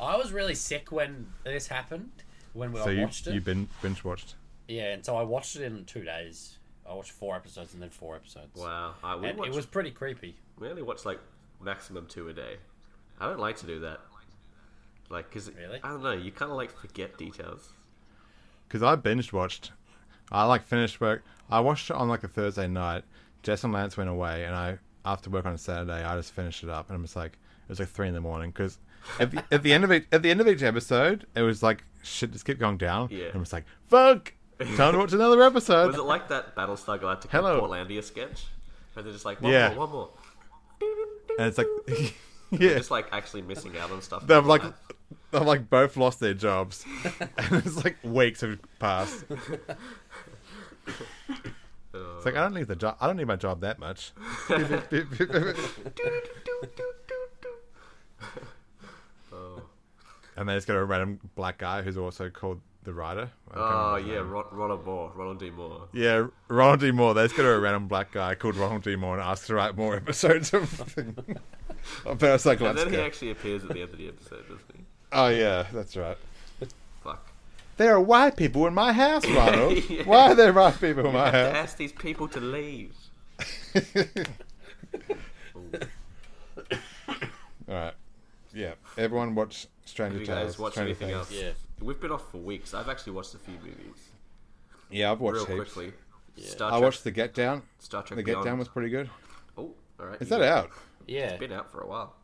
[SPEAKER 1] I was really sick when this happened. When we
[SPEAKER 2] So
[SPEAKER 1] I
[SPEAKER 2] you
[SPEAKER 1] watched it,
[SPEAKER 2] you bin- binge watched.
[SPEAKER 1] yeah, and so I watched it in two days. I watched four episodes and then four episodes.
[SPEAKER 3] Wow, I we
[SPEAKER 1] and
[SPEAKER 3] watched
[SPEAKER 1] it was pretty creepy.
[SPEAKER 3] We only watch like maximum two a day. I don't like to do that. Like, cause
[SPEAKER 1] Really?
[SPEAKER 3] I don't know, you kind of like forget details.
[SPEAKER 2] because I binge watched. I like finished work. I watched it on like a Thursday night. Jess and Lance went away, and I after work on a Saturday, I just finished it up, and I'm just like, it was like three in the morning because at the, at the end of each, at the end of each episode, it was like shit just kept going down.
[SPEAKER 3] Yeah.
[SPEAKER 2] and I'm just like, fuck, time to watch another episode.
[SPEAKER 3] Was it like that Battlestar Galactica
[SPEAKER 2] Hello.
[SPEAKER 3] Portlandia sketch? Where they're just like, one
[SPEAKER 2] Yeah.
[SPEAKER 3] more, one more.
[SPEAKER 2] and it's like, yeah,
[SPEAKER 3] Just like actually missing out on stuff.
[SPEAKER 2] they've like. They've like both lost their jobs, and it's like weeks have passed. It's like I don't need the job. I don't need my job that much.
[SPEAKER 3] oh,
[SPEAKER 2] And they just got a random black guy who's also called the writer. I can't
[SPEAKER 3] oh
[SPEAKER 2] remember his
[SPEAKER 3] yeah,
[SPEAKER 2] name.
[SPEAKER 3] Ron- Ronald Moore, Ronald D. Moore.
[SPEAKER 2] yeah, Ronald D. Moore. They just got a random black guy called Ronald D. Moore and asked to write more episodes of. of Parasite
[SPEAKER 3] And then he
[SPEAKER 2] Galactica.
[SPEAKER 3] actually appears at the end of the episode, doesn't he?
[SPEAKER 2] oh yeah, that's right.
[SPEAKER 3] Fuck.
[SPEAKER 2] There are white people in my house, Ronald.
[SPEAKER 3] Yeah.
[SPEAKER 2] Why are there white people in my
[SPEAKER 3] I have to
[SPEAKER 2] house?
[SPEAKER 3] ask these people to leave.
[SPEAKER 2] All right. Yeah, everyone watch Stranger
[SPEAKER 3] Have you
[SPEAKER 2] Tales.
[SPEAKER 3] guys watched
[SPEAKER 2] Stranger
[SPEAKER 3] anything
[SPEAKER 2] Things.
[SPEAKER 3] else?
[SPEAKER 1] Yeah.
[SPEAKER 3] We've been off for weeks. I've actually watched a few movies.
[SPEAKER 2] Yeah, I've watched
[SPEAKER 3] Real
[SPEAKER 2] heaps.
[SPEAKER 3] quickly. Star
[SPEAKER 2] I
[SPEAKER 3] Trek,
[SPEAKER 2] watched The Get Down.
[SPEAKER 3] Star Trek
[SPEAKER 2] The Get
[SPEAKER 3] Beyond.
[SPEAKER 2] Down was pretty good.
[SPEAKER 3] Oh, all right.
[SPEAKER 2] Is that out?
[SPEAKER 1] Yeah,
[SPEAKER 3] Been out for a while.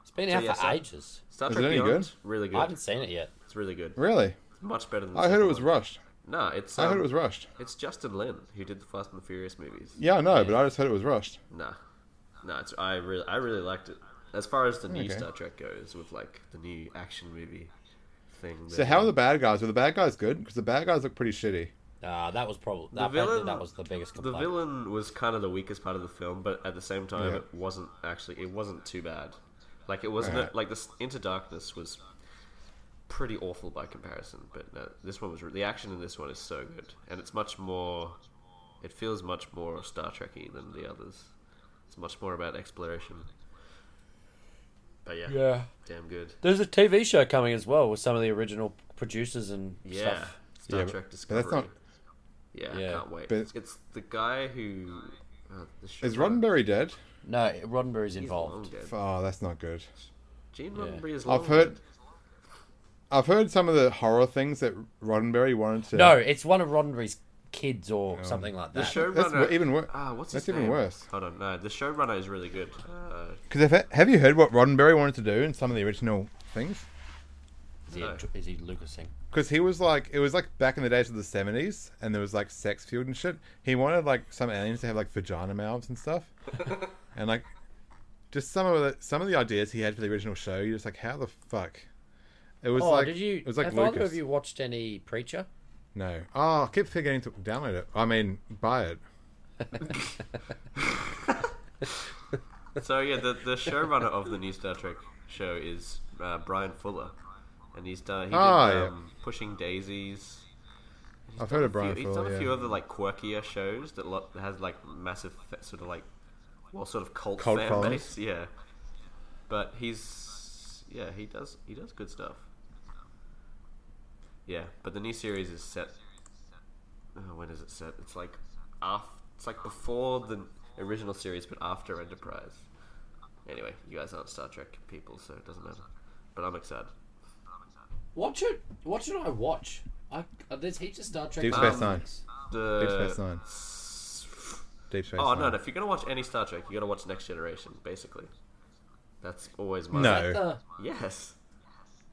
[SPEAKER 1] it's been out
[SPEAKER 3] yeah,
[SPEAKER 1] for
[SPEAKER 3] so-
[SPEAKER 1] ages.
[SPEAKER 3] Star
[SPEAKER 2] Is
[SPEAKER 3] Trek
[SPEAKER 2] it any
[SPEAKER 3] Beyond,
[SPEAKER 2] good?
[SPEAKER 3] really
[SPEAKER 1] I
[SPEAKER 3] good.
[SPEAKER 1] haven't seen it yet.
[SPEAKER 3] It's really good.
[SPEAKER 2] Really?
[SPEAKER 3] It's much better than. the
[SPEAKER 2] I heard it
[SPEAKER 3] second
[SPEAKER 2] was
[SPEAKER 3] one.
[SPEAKER 2] rushed.
[SPEAKER 3] No, it's
[SPEAKER 2] I heard
[SPEAKER 3] um,
[SPEAKER 2] it was rushed.
[SPEAKER 3] it's Justin Lin who did the Fast and the Furious movies.
[SPEAKER 2] Yeah, I know, but I just heard it was rushed.
[SPEAKER 3] Nah, no, it's I really I really liked it. As far as the new
[SPEAKER 2] Okay.
[SPEAKER 3] Star Trek goes, with like the new action movie thing.
[SPEAKER 2] So
[SPEAKER 3] that-
[SPEAKER 2] how are the bad guys? Were the bad guys good? Because the bad guys look pretty shitty.
[SPEAKER 1] Ah, that was probably
[SPEAKER 3] the
[SPEAKER 1] that,
[SPEAKER 3] villain
[SPEAKER 1] that was the biggest
[SPEAKER 3] the
[SPEAKER 1] complaint.
[SPEAKER 3] villain was kind of the weakest part of the film, but at the same time,
[SPEAKER 2] Yeah.
[SPEAKER 3] it wasn't actually it wasn't too bad. Like it wasn't
[SPEAKER 2] Alright.
[SPEAKER 3] like this Into Darkness was pretty awful by comparison, but no, this one was re- the action in this one is so good, and it's much more. It feels much more Star Trekky than the others. It's much more about exploration. But yeah,
[SPEAKER 1] yeah.
[SPEAKER 3] damn good.
[SPEAKER 4] There's a TV show coming as well with some of the original producers and
[SPEAKER 3] Yeah,
[SPEAKER 4] stuff.
[SPEAKER 3] Star
[SPEAKER 2] Yeah, but-
[SPEAKER 3] Trek
[SPEAKER 2] but
[SPEAKER 3] Discovery.
[SPEAKER 2] that's not-
[SPEAKER 3] Yeah,
[SPEAKER 4] Yeah.
[SPEAKER 3] I can't wait.
[SPEAKER 2] But-
[SPEAKER 3] it's the guy who. Uh, the show,
[SPEAKER 2] Is Roddenberry dead?
[SPEAKER 4] No, Roddenberry's involved.
[SPEAKER 3] He's long dead.
[SPEAKER 2] F- Oh, that's not good.
[SPEAKER 3] Gene
[SPEAKER 4] Yeah.
[SPEAKER 3] Roddenberry is.
[SPEAKER 2] I've
[SPEAKER 3] long
[SPEAKER 2] heard.
[SPEAKER 3] dead.
[SPEAKER 2] I've heard some of the horror things that Roddenberry wanted to.
[SPEAKER 4] No, it's one of Roddenberry's kids or something like
[SPEAKER 3] the
[SPEAKER 4] that.
[SPEAKER 2] that's
[SPEAKER 3] showrunner.
[SPEAKER 2] wor- even worse.
[SPEAKER 3] Ah, what's his
[SPEAKER 2] that's even
[SPEAKER 3] name?
[SPEAKER 2] worse.
[SPEAKER 3] Hold on, no, the showrunner is really good. Uh,
[SPEAKER 2] Because have, have you heard what Roddenberry wanted to do in some of the original things?
[SPEAKER 4] Is he,
[SPEAKER 3] No.
[SPEAKER 4] is he Lucasing?
[SPEAKER 2] Because he was like, it was like back in the days of the seventies, and there was like sex field and shit. He wanted like some aliens to have like vagina mouths and stuff, and like just some of the some of the ideas he had for the original show. You're just like, how the fuck? It was
[SPEAKER 4] Oh,
[SPEAKER 2] like
[SPEAKER 4] did you?
[SPEAKER 2] it was like
[SPEAKER 4] have either
[SPEAKER 2] Lucas.
[SPEAKER 4] of you watched any Preacher?
[SPEAKER 2] No. Oh, I keep forgetting to download it. I mean, buy it.
[SPEAKER 3] so yeah, the, the showrunner of the new Star Trek show is uh, Brian Fuller, and he's done. He did,
[SPEAKER 2] Ah, yeah.
[SPEAKER 3] um, Pushing Daisies.
[SPEAKER 2] I've heard of
[SPEAKER 3] Few-
[SPEAKER 2] Brian
[SPEAKER 3] he's
[SPEAKER 2] Fuller,
[SPEAKER 3] done a
[SPEAKER 2] yeah.
[SPEAKER 3] few other like quirkier shows that, lot, that has like massive fa- sort of like, well, sort of cult,
[SPEAKER 2] Cult
[SPEAKER 3] fan
[SPEAKER 2] following.
[SPEAKER 3] base. Yeah, but he's yeah he does he does good stuff. Yeah, but the new series is set. Oh, when is it set? It's like after, it's like before the original series, but after Enterprise. Anyway, you guys aren't Star Trek people, so it doesn't matter. But I'm excited.
[SPEAKER 1] What should what should I watch? I, uh, there's heaps of Star Trek.
[SPEAKER 2] Deep
[SPEAKER 1] on
[SPEAKER 2] Space Nine.
[SPEAKER 1] Netflix.
[SPEAKER 3] The
[SPEAKER 2] Deep Space Nine. Deep Space.
[SPEAKER 3] Oh no,
[SPEAKER 2] Nine.
[SPEAKER 3] no! If you're gonna watch any Star Trek, you gotta watch Next Generation. Basically, that's always my
[SPEAKER 2] No.
[SPEAKER 1] Is that,
[SPEAKER 3] Yes,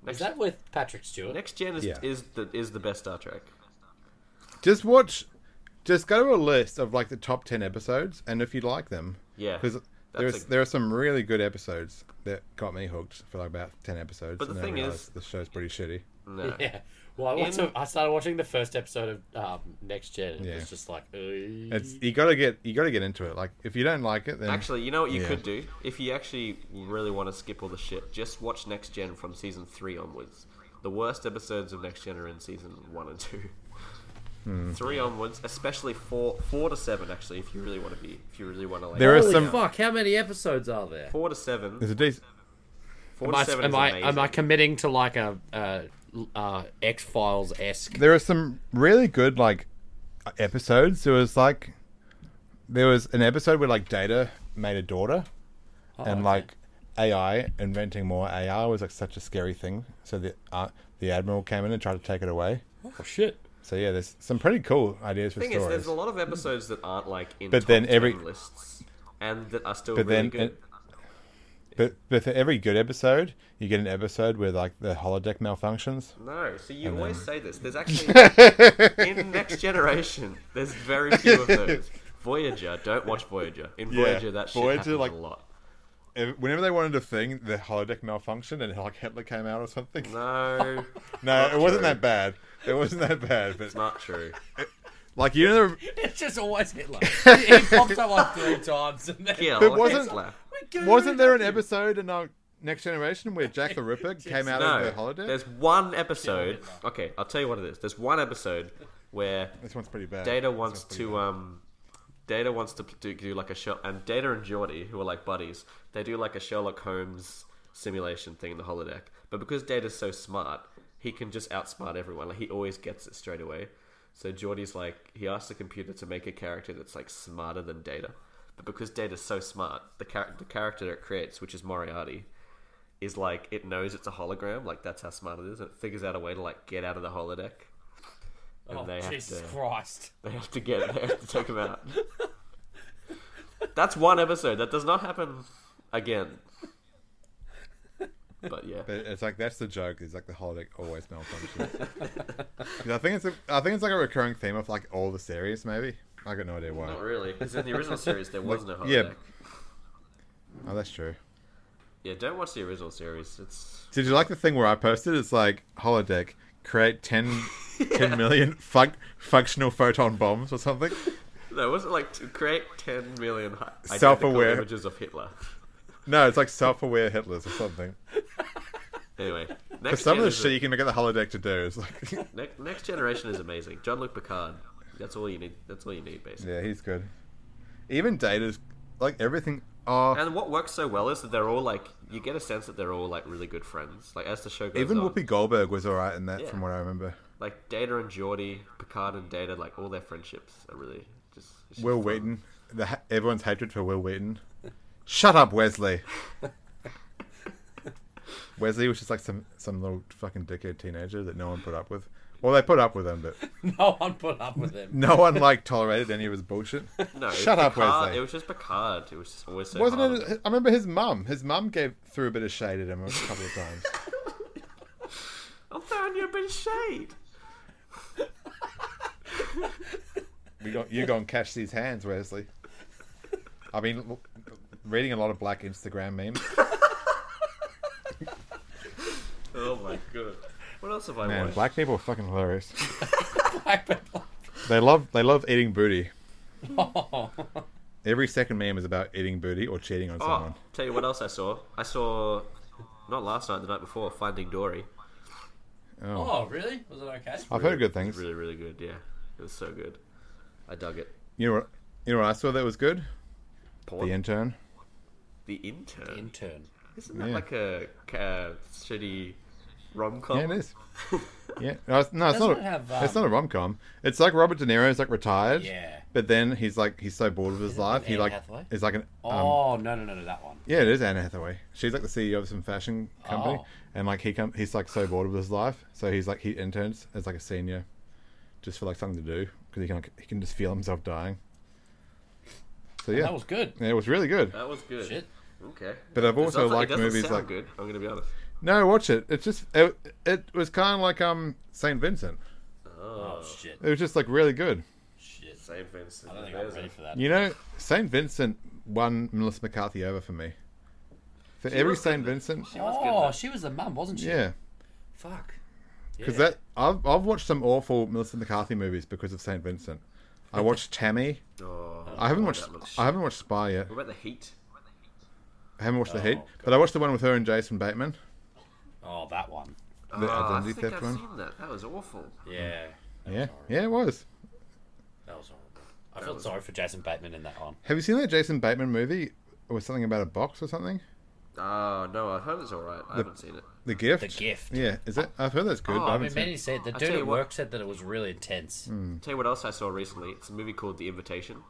[SPEAKER 1] the, is that with Patrick Stewart?
[SPEAKER 3] Next Gen is
[SPEAKER 2] Yeah.
[SPEAKER 3] is the is the best Star Trek.
[SPEAKER 2] Just watch. Just go to a list of like the top ten episodes, and if you like them,
[SPEAKER 3] Yeah,
[SPEAKER 2] because there's
[SPEAKER 3] a-
[SPEAKER 2] there are some really good episodes that got me hooked for like about ten episodes.
[SPEAKER 3] But the
[SPEAKER 2] and then I
[SPEAKER 3] thing
[SPEAKER 2] realized
[SPEAKER 3] is-
[SPEAKER 2] the show's pretty shitty.
[SPEAKER 3] No.
[SPEAKER 1] Yeah. Well, I, watched
[SPEAKER 3] In-
[SPEAKER 1] the- I started watching the first episode of um, Next Gen. and It
[SPEAKER 2] Yeah.
[SPEAKER 1] was just like,
[SPEAKER 2] It's you gotta get you gotta get into it. Like if you don't like it, then
[SPEAKER 3] Actually, you know what you
[SPEAKER 2] Yeah.
[SPEAKER 3] could do if you actually really want to skip all the shit. Just watch Next Gen from season three onwards. The worst episodes of Next Gen are in season one and two.
[SPEAKER 2] Hmm.
[SPEAKER 3] Three onwards, especially four four to seven. Actually, if you really want to be, if you really want to like
[SPEAKER 2] There are
[SPEAKER 4] Holy
[SPEAKER 2] some-
[SPEAKER 4] fuck! How many episodes are there?
[SPEAKER 3] four to seven.
[SPEAKER 2] there's a decent.
[SPEAKER 3] Four
[SPEAKER 1] am
[SPEAKER 3] to
[SPEAKER 1] I,
[SPEAKER 3] seven
[SPEAKER 1] am,
[SPEAKER 3] is
[SPEAKER 1] I,
[SPEAKER 3] amazing.
[SPEAKER 1] am I committing to like a uh, uh, X Files esque?
[SPEAKER 2] There are some really good like episodes. There was like there was an episode where like Data made a daughter, and like AI inventing more AI was like such a scary thing. So the uh, the admiral came in and tried to take it away.
[SPEAKER 1] Oh, shit.
[SPEAKER 2] So yeah, there's some pretty cool ideas for
[SPEAKER 3] thing is,
[SPEAKER 2] stories.
[SPEAKER 3] there's a lot of episodes that aren't like in
[SPEAKER 2] But
[SPEAKER 3] top
[SPEAKER 2] then
[SPEAKER 3] 10
[SPEAKER 2] every-
[SPEAKER 3] lists, and that are still
[SPEAKER 2] but
[SPEAKER 3] really
[SPEAKER 2] then,
[SPEAKER 3] good.
[SPEAKER 2] it- but but for every good episode, you get an episode where like the holodeck malfunctions.
[SPEAKER 3] no, so you always say this. There's actually in Next Generation, there's very few of those. Voyager, don't watch Voyager. In
[SPEAKER 2] Yeah,
[SPEAKER 3] Voyager, that shit
[SPEAKER 2] Voyager,
[SPEAKER 3] happens
[SPEAKER 2] like-
[SPEAKER 3] a lot.
[SPEAKER 2] Ev- Whenever they wanted a thing, the holodeck malfunctioned and like Hitler came out or something. No,
[SPEAKER 3] No,
[SPEAKER 2] it wasn't that bad. It wasn't that bad. But
[SPEAKER 3] not true.
[SPEAKER 2] like you know,
[SPEAKER 1] It's just always Hitler. he, he pops up like three times. And then,
[SPEAKER 3] Kill
[SPEAKER 2] But wasn't-
[SPEAKER 3] Hitler.
[SPEAKER 2] the- wasn't there an episode in our Next Generation where Jack the Ripper came out of
[SPEAKER 3] No,
[SPEAKER 2] the holodeck?
[SPEAKER 3] there's one episode. Okay, I'll tell you what it is. There's one episode where
[SPEAKER 2] This one's pretty bad.
[SPEAKER 3] Data
[SPEAKER 2] This
[SPEAKER 3] wants
[SPEAKER 2] one's pretty
[SPEAKER 3] to
[SPEAKER 2] bad.
[SPEAKER 3] um, Data wants to do, do like a show, and Data and Geordie, who are like buddies, they do like a Sherlock Holmes simulation thing in the holodeck. But because Data's so smart, he can just outsmart everyone. Like he always gets it straight away. So Geordie's like, he asks the computer to make a character that's like smarter than Data. But because Data's so smart, the, char- the character it creates, which is Moriarty, is like it knows it's a hologram. Like that's how smart it is, and it figures out a way to like get out of the holodeck. And
[SPEAKER 1] Oh,
[SPEAKER 3] they have
[SPEAKER 1] Jesus
[SPEAKER 3] to-
[SPEAKER 1] Christ.
[SPEAKER 3] they have to get. They have to take him out. That's one episode. That does not happen again. But yeah,
[SPEAKER 2] But it's like that's the joke. Is like the holodeck always malfunctions. 'Cause I think it's a, I think it's like a recurring theme of like all the series. Maybe I got no idea why.
[SPEAKER 3] not really. Because in the original series there was no
[SPEAKER 2] Like,
[SPEAKER 3] holodeck.
[SPEAKER 2] yeah.
[SPEAKER 3] Yeah.
[SPEAKER 2] Oh, that's true.
[SPEAKER 3] don't watch the original series. It's
[SPEAKER 2] Did you like the thing where I posted? It's like holodeck create 10, 10 million func- functional photon bombs or something.
[SPEAKER 3] no, was it wasn't like to create ten million hi- identical
[SPEAKER 2] Self-aware.
[SPEAKER 3] images of Hitler?
[SPEAKER 2] No, it's like self-aware Hitlers or something.
[SPEAKER 3] Anyway,
[SPEAKER 2] But
[SPEAKER 3] next
[SPEAKER 2] some of
[SPEAKER 3] Gen
[SPEAKER 2] the
[SPEAKER 3] is
[SPEAKER 2] shit
[SPEAKER 3] a-
[SPEAKER 2] you can get the holodeck to do is like,
[SPEAKER 3] Ne- Next Generation is amazing. John Luke Picard. That's all you need. That's all you need, basically.
[SPEAKER 2] yeah, he's good. Even Data's like everything. Oh,
[SPEAKER 3] And what works so well is that they're all like you get a sense that they're all like really good friends. Like as the show goes
[SPEAKER 2] even
[SPEAKER 3] on,
[SPEAKER 2] Whoopi Goldberg was alright in that,
[SPEAKER 3] Yeah.
[SPEAKER 2] from what I remember.
[SPEAKER 3] like Data and Geordie, Picard and Data, like all their friendships are really just. it's just
[SPEAKER 2] Will
[SPEAKER 3] fun.
[SPEAKER 2] Wheaton, the, ha- everyone's hatred for Will Wheaton. Shut up, Wesley. Wesley was just like some some little fucking dickhead teenager that no one put up with. Well, they put up with him, but
[SPEAKER 1] No one put up with him.
[SPEAKER 2] no one like tolerated any of his bullshit.
[SPEAKER 3] No, it was
[SPEAKER 2] Shut up,
[SPEAKER 3] Picard-
[SPEAKER 2] Wesley.
[SPEAKER 3] It was just Picard. It was just always so.
[SPEAKER 2] Wasn't
[SPEAKER 3] hard.
[SPEAKER 2] it? I remember his mum. His mum gave threw a bit of shade at him a couple of times.
[SPEAKER 3] I'm throwing you a bit of shade.
[SPEAKER 2] You go, you go and catch these hands, Wesley. I've been l- reading a lot of black Instagram memes.
[SPEAKER 3] Oh my god. What else have I
[SPEAKER 2] Man,
[SPEAKER 3] watched?
[SPEAKER 2] black people are fucking hilarious.
[SPEAKER 1] Black people.
[SPEAKER 2] They love they love eating booty.
[SPEAKER 1] Oh.
[SPEAKER 2] Every second meme is about eating booty or cheating on
[SPEAKER 3] oh,
[SPEAKER 2] someone.
[SPEAKER 3] tell you what else I saw. I saw, not last night, the night before, Finding Dory.
[SPEAKER 2] Oh.
[SPEAKER 1] oh, really? Was it okay?
[SPEAKER 2] I've heard good
[SPEAKER 3] It's
[SPEAKER 2] things.
[SPEAKER 3] really, really good. Yeah, it was so good. I dug it.
[SPEAKER 2] You know what? You know what I saw that was good?
[SPEAKER 3] Porn.
[SPEAKER 2] The
[SPEAKER 3] The,
[SPEAKER 2] intern.
[SPEAKER 3] intern.
[SPEAKER 1] Intern.
[SPEAKER 3] Isn't that
[SPEAKER 2] Yeah.
[SPEAKER 3] like a, a shitty rom com?
[SPEAKER 2] Yeah, it is. Yeah, no, it's, no, it's
[SPEAKER 1] Doesn't
[SPEAKER 2] not. A,
[SPEAKER 1] it have, um,
[SPEAKER 2] It's not a rom com. It's like Robert De Niro's like retired.
[SPEAKER 1] Yeah.
[SPEAKER 2] But then he's like he's so bored of his life. He
[SPEAKER 4] Anne
[SPEAKER 2] like
[SPEAKER 4] Hathaway?
[SPEAKER 2] is like an. Um,
[SPEAKER 1] Oh no no no no that one.
[SPEAKER 2] yeah, it is Anne Hathaway. She's like the CEO of some fashion company,
[SPEAKER 1] Oh.
[SPEAKER 2] and like he come, he's like so bored of his life, so he's like he interns as like a senior, just for like something to do because he can like, he can just feel himself dying. So yeah,
[SPEAKER 1] That was good.
[SPEAKER 2] yeah, it was really good.
[SPEAKER 3] That was good.
[SPEAKER 1] Shit.
[SPEAKER 3] Okay.
[SPEAKER 2] But I've
[SPEAKER 3] It
[SPEAKER 2] also
[SPEAKER 3] sounds like-
[SPEAKER 2] liked
[SPEAKER 3] it doesn't
[SPEAKER 2] movies
[SPEAKER 3] sound
[SPEAKER 2] like-
[SPEAKER 3] good. I'm gonna be honest.
[SPEAKER 2] No, watch it. It's just it, it was kind of like um Saint Vincent.
[SPEAKER 1] Oh shit.
[SPEAKER 2] It was just like really good.
[SPEAKER 1] Shit.
[SPEAKER 3] Same Vincent.
[SPEAKER 1] I don't think I'm ready for that.
[SPEAKER 2] You know, Saint Vincent won Melissa McCarthy over for me. For every
[SPEAKER 3] was good
[SPEAKER 2] Saint
[SPEAKER 3] though.
[SPEAKER 2] Vincent,
[SPEAKER 3] was good,
[SPEAKER 1] oh,
[SPEAKER 3] though.
[SPEAKER 1] she was the mum, wasn't she?
[SPEAKER 2] yeah,
[SPEAKER 1] Fuck.
[SPEAKER 2] because
[SPEAKER 1] Yeah.
[SPEAKER 2] that I've I've watched some awful Melissa McCarthy movies because of Saint Vincent. I watched Tammy.
[SPEAKER 3] Oh,
[SPEAKER 2] I haven't
[SPEAKER 3] oh,
[SPEAKER 2] watched
[SPEAKER 3] that looks
[SPEAKER 2] I
[SPEAKER 3] shit.
[SPEAKER 2] haven't watched Spy yet.
[SPEAKER 3] What about the heat?
[SPEAKER 2] I haven't watched The
[SPEAKER 1] Oh,
[SPEAKER 2] Heat,
[SPEAKER 1] God.
[SPEAKER 2] but I watched the one with her and Jason Bateman.
[SPEAKER 1] Oh, that one.
[SPEAKER 3] Oh, I
[SPEAKER 2] identity
[SPEAKER 3] think
[SPEAKER 2] theft
[SPEAKER 3] I've
[SPEAKER 2] one?
[SPEAKER 3] seen that. That was awful.
[SPEAKER 2] Mm.
[SPEAKER 1] Yeah. That
[SPEAKER 2] Yeah,
[SPEAKER 1] Was horrible.
[SPEAKER 2] yeah, it was.
[SPEAKER 1] That was horrible. I felt sorry for Jason Bateman in that one.
[SPEAKER 2] Have you seen that Jason Bateman movie? It was something about a box or something.
[SPEAKER 3] Oh no, I heard it's all right. I haven't seen it.
[SPEAKER 2] The Gift.
[SPEAKER 1] The Gift.
[SPEAKER 2] Yeah, is it? I've heard that's good.
[SPEAKER 3] Oh,
[SPEAKER 2] but I
[SPEAKER 3] I
[SPEAKER 1] I
[SPEAKER 2] haven't
[SPEAKER 1] mean,
[SPEAKER 2] seen Mm. it.
[SPEAKER 1] Benny said the dude
[SPEAKER 3] tell you
[SPEAKER 1] at
[SPEAKER 3] what-
[SPEAKER 1] work said that it was really intense.
[SPEAKER 3] Tell you what else I saw recently. It's a movie called The Invitation.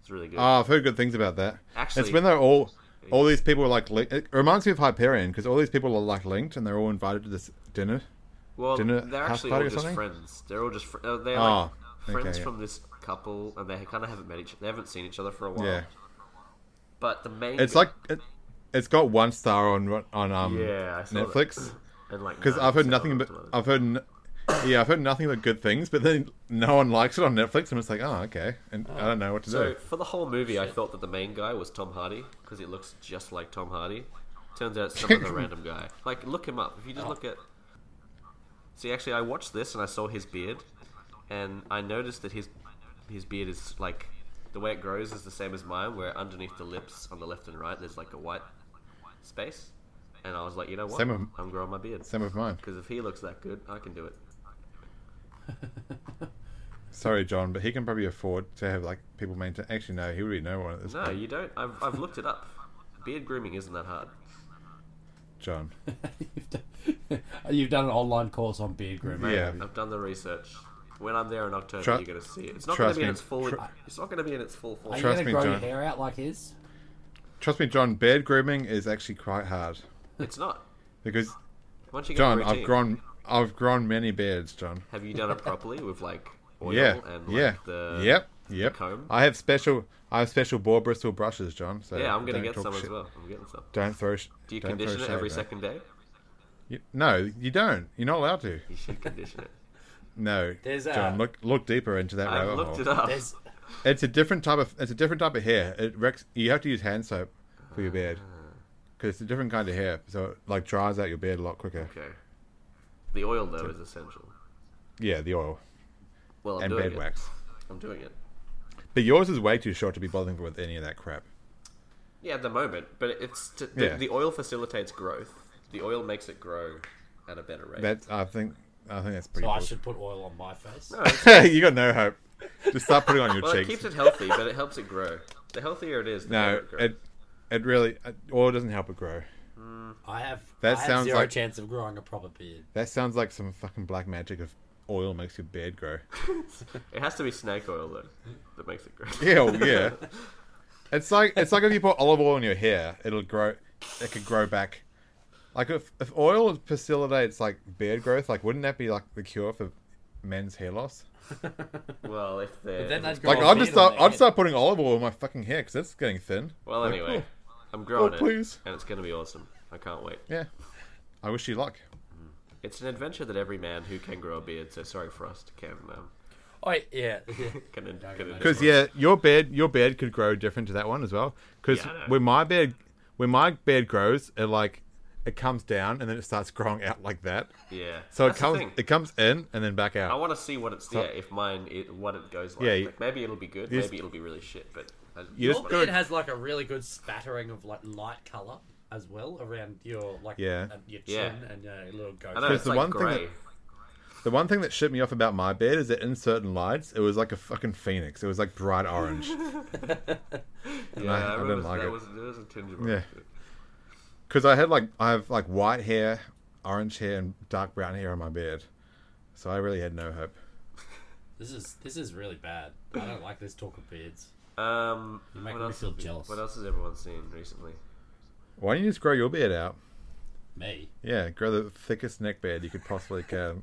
[SPEAKER 3] It's really good.
[SPEAKER 2] Oh, I've heard good things about that. it's
[SPEAKER 3] Actually-
[SPEAKER 2] when they're all all these people are like. Li- it reminds me of Hyperion because all these people are like linked and they're all invited to this dinner.
[SPEAKER 3] well,
[SPEAKER 2] dinner
[SPEAKER 3] they're
[SPEAKER 2] house
[SPEAKER 3] actually all
[SPEAKER 2] party or
[SPEAKER 3] just
[SPEAKER 2] something?
[SPEAKER 3] friends. They're all just fr- uh, they're like
[SPEAKER 2] Oh,
[SPEAKER 3] friends
[SPEAKER 2] okay, yeah.
[SPEAKER 3] from this couple, and they kind of haven't met each. They haven't seen each other for a while.
[SPEAKER 2] Yeah,
[SPEAKER 3] But the main
[SPEAKER 2] it's
[SPEAKER 3] bit-
[SPEAKER 2] like it, it's got one star on on um
[SPEAKER 3] yeah, I saw that.
[SPEAKER 2] Netflix
[SPEAKER 3] And like
[SPEAKER 2] because I've heard nothing but
[SPEAKER 3] about.
[SPEAKER 2] I've heard n- yeah I've heard nothing but good things, but then no one likes it on Netflix. I'm just like, oh okay, and I don't know what to
[SPEAKER 3] So
[SPEAKER 2] do.
[SPEAKER 3] for the whole movie, I thought that the main guy was Tom Hardy because he looks just like Tom Hardy. Turns out it's some other random guy. Like look him up. If you just look at. See, actually, I watched this and I saw his beard, and I noticed that his his beard is like the way it grows is the same as mine, where underneath the lips on the left and right there's like a white space, and I was like, you know what,
[SPEAKER 2] Same with-
[SPEAKER 3] I'm growing my beard
[SPEAKER 2] Same with mine.
[SPEAKER 3] because if he looks that good, I can do it.
[SPEAKER 2] Sorry, John, but he can probably afford to have like people maintain. Actually, no, he already know one at this
[SPEAKER 3] No,
[SPEAKER 2] point.
[SPEAKER 3] you don't. I've I've looked it up. Beard grooming isn't that hard.
[SPEAKER 2] John,
[SPEAKER 1] You've done- You've done an online course on beard grooming.
[SPEAKER 2] yeah,
[SPEAKER 3] I've done the research. When I'm there in October,
[SPEAKER 2] Tru-
[SPEAKER 3] you're going to see it. It's not going
[SPEAKER 2] trust
[SPEAKER 3] to be in
[SPEAKER 2] me.
[SPEAKER 3] its full.
[SPEAKER 2] Tru-
[SPEAKER 3] it's not going to be in its full
[SPEAKER 1] Are
[SPEAKER 3] form.
[SPEAKER 1] you
[SPEAKER 2] Trust
[SPEAKER 1] going to
[SPEAKER 2] me,
[SPEAKER 1] grow your
[SPEAKER 2] John.
[SPEAKER 1] hair out like his?
[SPEAKER 2] trust me, John. Beard grooming is actually quite hard
[SPEAKER 3] It's not.
[SPEAKER 2] because
[SPEAKER 3] Once you get
[SPEAKER 2] John,
[SPEAKER 3] a
[SPEAKER 2] I've
[SPEAKER 3] routine-
[SPEAKER 2] grown, I've grown many beards, John.
[SPEAKER 3] Have you done it properly with like oil
[SPEAKER 2] yeah,
[SPEAKER 3] and like
[SPEAKER 2] yeah,
[SPEAKER 3] the
[SPEAKER 2] yep. Yep.
[SPEAKER 3] comb?
[SPEAKER 2] I have special. I have special boar bristle brushes, John. So
[SPEAKER 3] Yeah, I'm gonna
[SPEAKER 2] don't
[SPEAKER 3] get
[SPEAKER 2] talk
[SPEAKER 3] some as
[SPEAKER 2] shit.
[SPEAKER 3] well. I'm getting some.
[SPEAKER 2] Don't throw. sh-
[SPEAKER 3] Do you
[SPEAKER 2] don't throw
[SPEAKER 3] condition it
[SPEAKER 2] shade,
[SPEAKER 3] every
[SPEAKER 2] mate.
[SPEAKER 3] second day?
[SPEAKER 2] You- no, you don't. You're not allowed to.
[SPEAKER 3] You should condition it.
[SPEAKER 2] No,
[SPEAKER 1] There's, uh,
[SPEAKER 2] John. Look, look deeper into that
[SPEAKER 3] I've
[SPEAKER 2] rabbit
[SPEAKER 3] looked
[SPEAKER 2] hole.
[SPEAKER 3] it up.
[SPEAKER 1] There's
[SPEAKER 2] It's a different type of. It's a different type of hair. It wrecks. You have to use hand soap for your beard
[SPEAKER 3] Ah.
[SPEAKER 2] because it's a different kind of hair. So it like dries out your beard a lot quicker.
[SPEAKER 3] Okay. The oil though is essential.
[SPEAKER 2] Yeah, the oil
[SPEAKER 3] Well, I'm
[SPEAKER 2] and
[SPEAKER 3] doing
[SPEAKER 2] beard
[SPEAKER 3] it.
[SPEAKER 2] wax.
[SPEAKER 3] I'm doing it.
[SPEAKER 2] But yours is way too short to be bothering with any of that crap.
[SPEAKER 3] Yeah, at the moment, but it's t- the,
[SPEAKER 2] Yeah.
[SPEAKER 3] the oil facilitates growth. The oil makes it grow at a better rate.
[SPEAKER 2] That's. I think. I think that's pretty.
[SPEAKER 1] so I
[SPEAKER 2] bullshit.
[SPEAKER 1] should put oil on my face.
[SPEAKER 3] No, it's-
[SPEAKER 2] you got no hope. Just start putting on your
[SPEAKER 3] well, it
[SPEAKER 2] cheeks.
[SPEAKER 3] keeps it healthy, but it helps it grow. The healthier it is, the better
[SPEAKER 2] no,
[SPEAKER 3] it grows.
[SPEAKER 2] it it really it, oil doesn't help it grow.
[SPEAKER 1] I have
[SPEAKER 2] That
[SPEAKER 1] I have
[SPEAKER 2] sounds
[SPEAKER 1] zero
[SPEAKER 2] like-
[SPEAKER 1] chance of growing a proper beard.
[SPEAKER 2] That sounds like some fucking black magic of oil makes your beard grow.
[SPEAKER 3] It has to be snake oil though that makes it grow.
[SPEAKER 2] Hell yeah. It's like it's like if you put olive oil in your hair, it'll grow. It could grow back. Like if if oil facilitates like beard growth, like wouldn't that be like the cure for men's hair loss?
[SPEAKER 3] Well, if they're
[SPEAKER 1] But then they'd grow
[SPEAKER 2] Like
[SPEAKER 1] a
[SPEAKER 2] I'd
[SPEAKER 1] beard
[SPEAKER 2] just start
[SPEAKER 1] on their
[SPEAKER 2] I'd
[SPEAKER 1] head.
[SPEAKER 2] start putting olive oil in my fucking hair because it's getting thin.
[SPEAKER 3] well,
[SPEAKER 2] Like,
[SPEAKER 3] anyway,
[SPEAKER 2] oh,
[SPEAKER 3] I'm growing
[SPEAKER 2] oh,
[SPEAKER 3] it,
[SPEAKER 2] please.
[SPEAKER 3] and it's gonna be awesome. I can't wait.
[SPEAKER 2] yeah. I wish you luck.
[SPEAKER 3] It's an adventure that every man who can grow a beard, so sorry Frost, can um,
[SPEAKER 1] Oh yeah,
[SPEAKER 3] can, en- can
[SPEAKER 1] Because,
[SPEAKER 2] Because
[SPEAKER 3] endorse.
[SPEAKER 2] yeah, your beard your beard could grow different to that one as well. Because
[SPEAKER 3] Yeah, I know.
[SPEAKER 2] when my beard when my beard grows, it like it comes down and then it starts growing out like that.
[SPEAKER 3] yeah.
[SPEAKER 2] So it
[SPEAKER 3] That's the
[SPEAKER 2] comes
[SPEAKER 3] thing.
[SPEAKER 2] it comes in and then back
[SPEAKER 3] I
[SPEAKER 2] out.
[SPEAKER 3] want to see what it's yeah. If mine, it, what it goes like.
[SPEAKER 2] Yeah, you-
[SPEAKER 3] Like, maybe it'll be good.
[SPEAKER 2] you
[SPEAKER 3] Maybe
[SPEAKER 2] just-
[SPEAKER 3] it'll be really shit. But uh, I,
[SPEAKER 2] You
[SPEAKER 3] I
[SPEAKER 2] just
[SPEAKER 1] your
[SPEAKER 3] wanna-
[SPEAKER 2] got-
[SPEAKER 1] beard has like a really good spattering of like light color as well around your like
[SPEAKER 2] Yeah.
[SPEAKER 1] uh, your
[SPEAKER 3] Yeah.
[SPEAKER 1] chin and your little
[SPEAKER 3] I know
[SPEAKER 1] goatee.
[SPEAKER 3] it's
[SPEAKER 2] the
[SPEAKER 3] like
[SPEAKER 2] one thing
[SPEAKER 3] gray.
[SPEAKER 2] that- The one thing that shit me off about my beard is that in certain lights, it was like a fucking phoenix. It was like bright orange.
[SPEAKER 3] yeah,
[SPEAKER 2] I-
[SPEAKER 3] I,
[SPEAKER 2] I didn't
[SPEAKER 3] remember
[SPEAKER 2] like
[SPEAKER 3] that
[SPEAKER 2] it.
[SPEAKER 3] was there was a tinge of
[SPEAKER 2] Yeah. Because I had like I have like white hair, orange hair, and dark brown hair on my beard, so I really had no hope.
[SPEAKER 1] This is this is really bad. I don't like this talk of beards.
[SPEAKER 3] Um,
[SPEAKER 1] You make
[SPEAKER 3] what
[SPEAKER 1] me
[SPEAKER 3] else
[SPEAKER 1] feel
[SPEAKER 3] have-
[SPEAKER 1] jealous.
[SPEAKER 3] What else has everyone seen recently?
[SPEAKER 2] Why don't you just grow your beard out?
[SPEAKER 1] Me
[SPEAKER 2] Yeah, grow the thickest neck beard you could possibly can.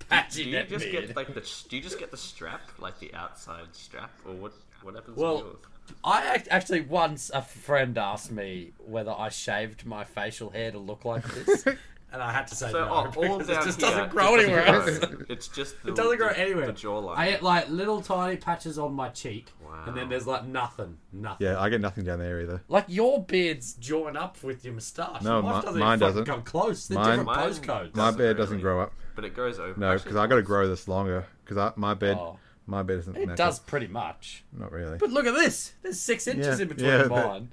[SPEAKER 3] Do
[SPEAKER 1] patching
[SPEAKER 3] you
[SPEAKER 1] that
[SPEAKER 3] just
[SPEAKER 1] beard.
[SPEAKER 3] get like the? Do you just get the strap, like the outside strap, or what? What happens?
[SPEAKER 1] Well-
[SPEAKER 3] to yours?
[SPEAKER 4] I act- actually once a friend asked me whether I shaved my facial hair to look like this,
[SPEAKER 1] and I had to say
[SPEAKER 3] so
[SPEAKER 1] no
[SPEAKER 3] oh, all
[SPEAKER 1] because
[SPEAKER 3] down
[SPEAKER 1] it just
[SPEAKER 3] here,
[SPEAKER 1] doesn't grow
[SPEAKER 3] it
[SPEAKER 1] anywhere else.
[SPEAKER 3] doesn't grow. It's just the,
[SPEAKER 1] It doesn't grow
[SPEAKER 3] the-
[SPEAKER 1] anywhere.
[SPEAKER 3] The jawline.
[SPEAKER 1] I get like little tiny patches on my cheek,
[SPEAKER 3] Wow.
[SPEAKER 1] and then there's like nothing, nothing.
[SPEAKER 2] Yeah, I get nothing down there either.
[SPEAKER 1] Like your beard's join up with your moustache.
[SPEAKER 2] No,
[SPEAKER 1] Mine
[SPEAKER 2] mi-
[SPEAKER 1] doesn't
[SPEAKER 2] mine
[SPEAKER 1] even fucking
[SPEAKER 2] doesn't.
[SPEAKER 1] come close. They're
[SPEAKER 2] Mine-
[SPEAKER 1] different
[SPEAKER 3] Mine-
[SPEAKER 1] postcodes.
[SPEAKER 2] My
[SPEAKER 3] Doesn't
[SPEAKER 2] beard doesn't
[SPEAKER 3] really.
[SPEAKER 2] grow up.
[SPEAKER 3] but it grows over.
[SPEAKER 2] No,
[SPEAKER 3] Actually,
[SPEAKER 2] because I got to grow this longer. Because my beard,
[SPEAKER 4] Oh.
[SPEAKER 2] my beard isn't.
[SPEAKER 4] it
[SPEAKER 2] natural.
[SPEAKER 4] does pretty much.
[SPEAKER 2] Not really.
[SPEAKER 1] But look at this. There's six inches
[SPEAKER 2] Yeah,
[SPEAKER 1] in between
[SPEAKER 2] yeah, that-
[SPEAKER 1] mine.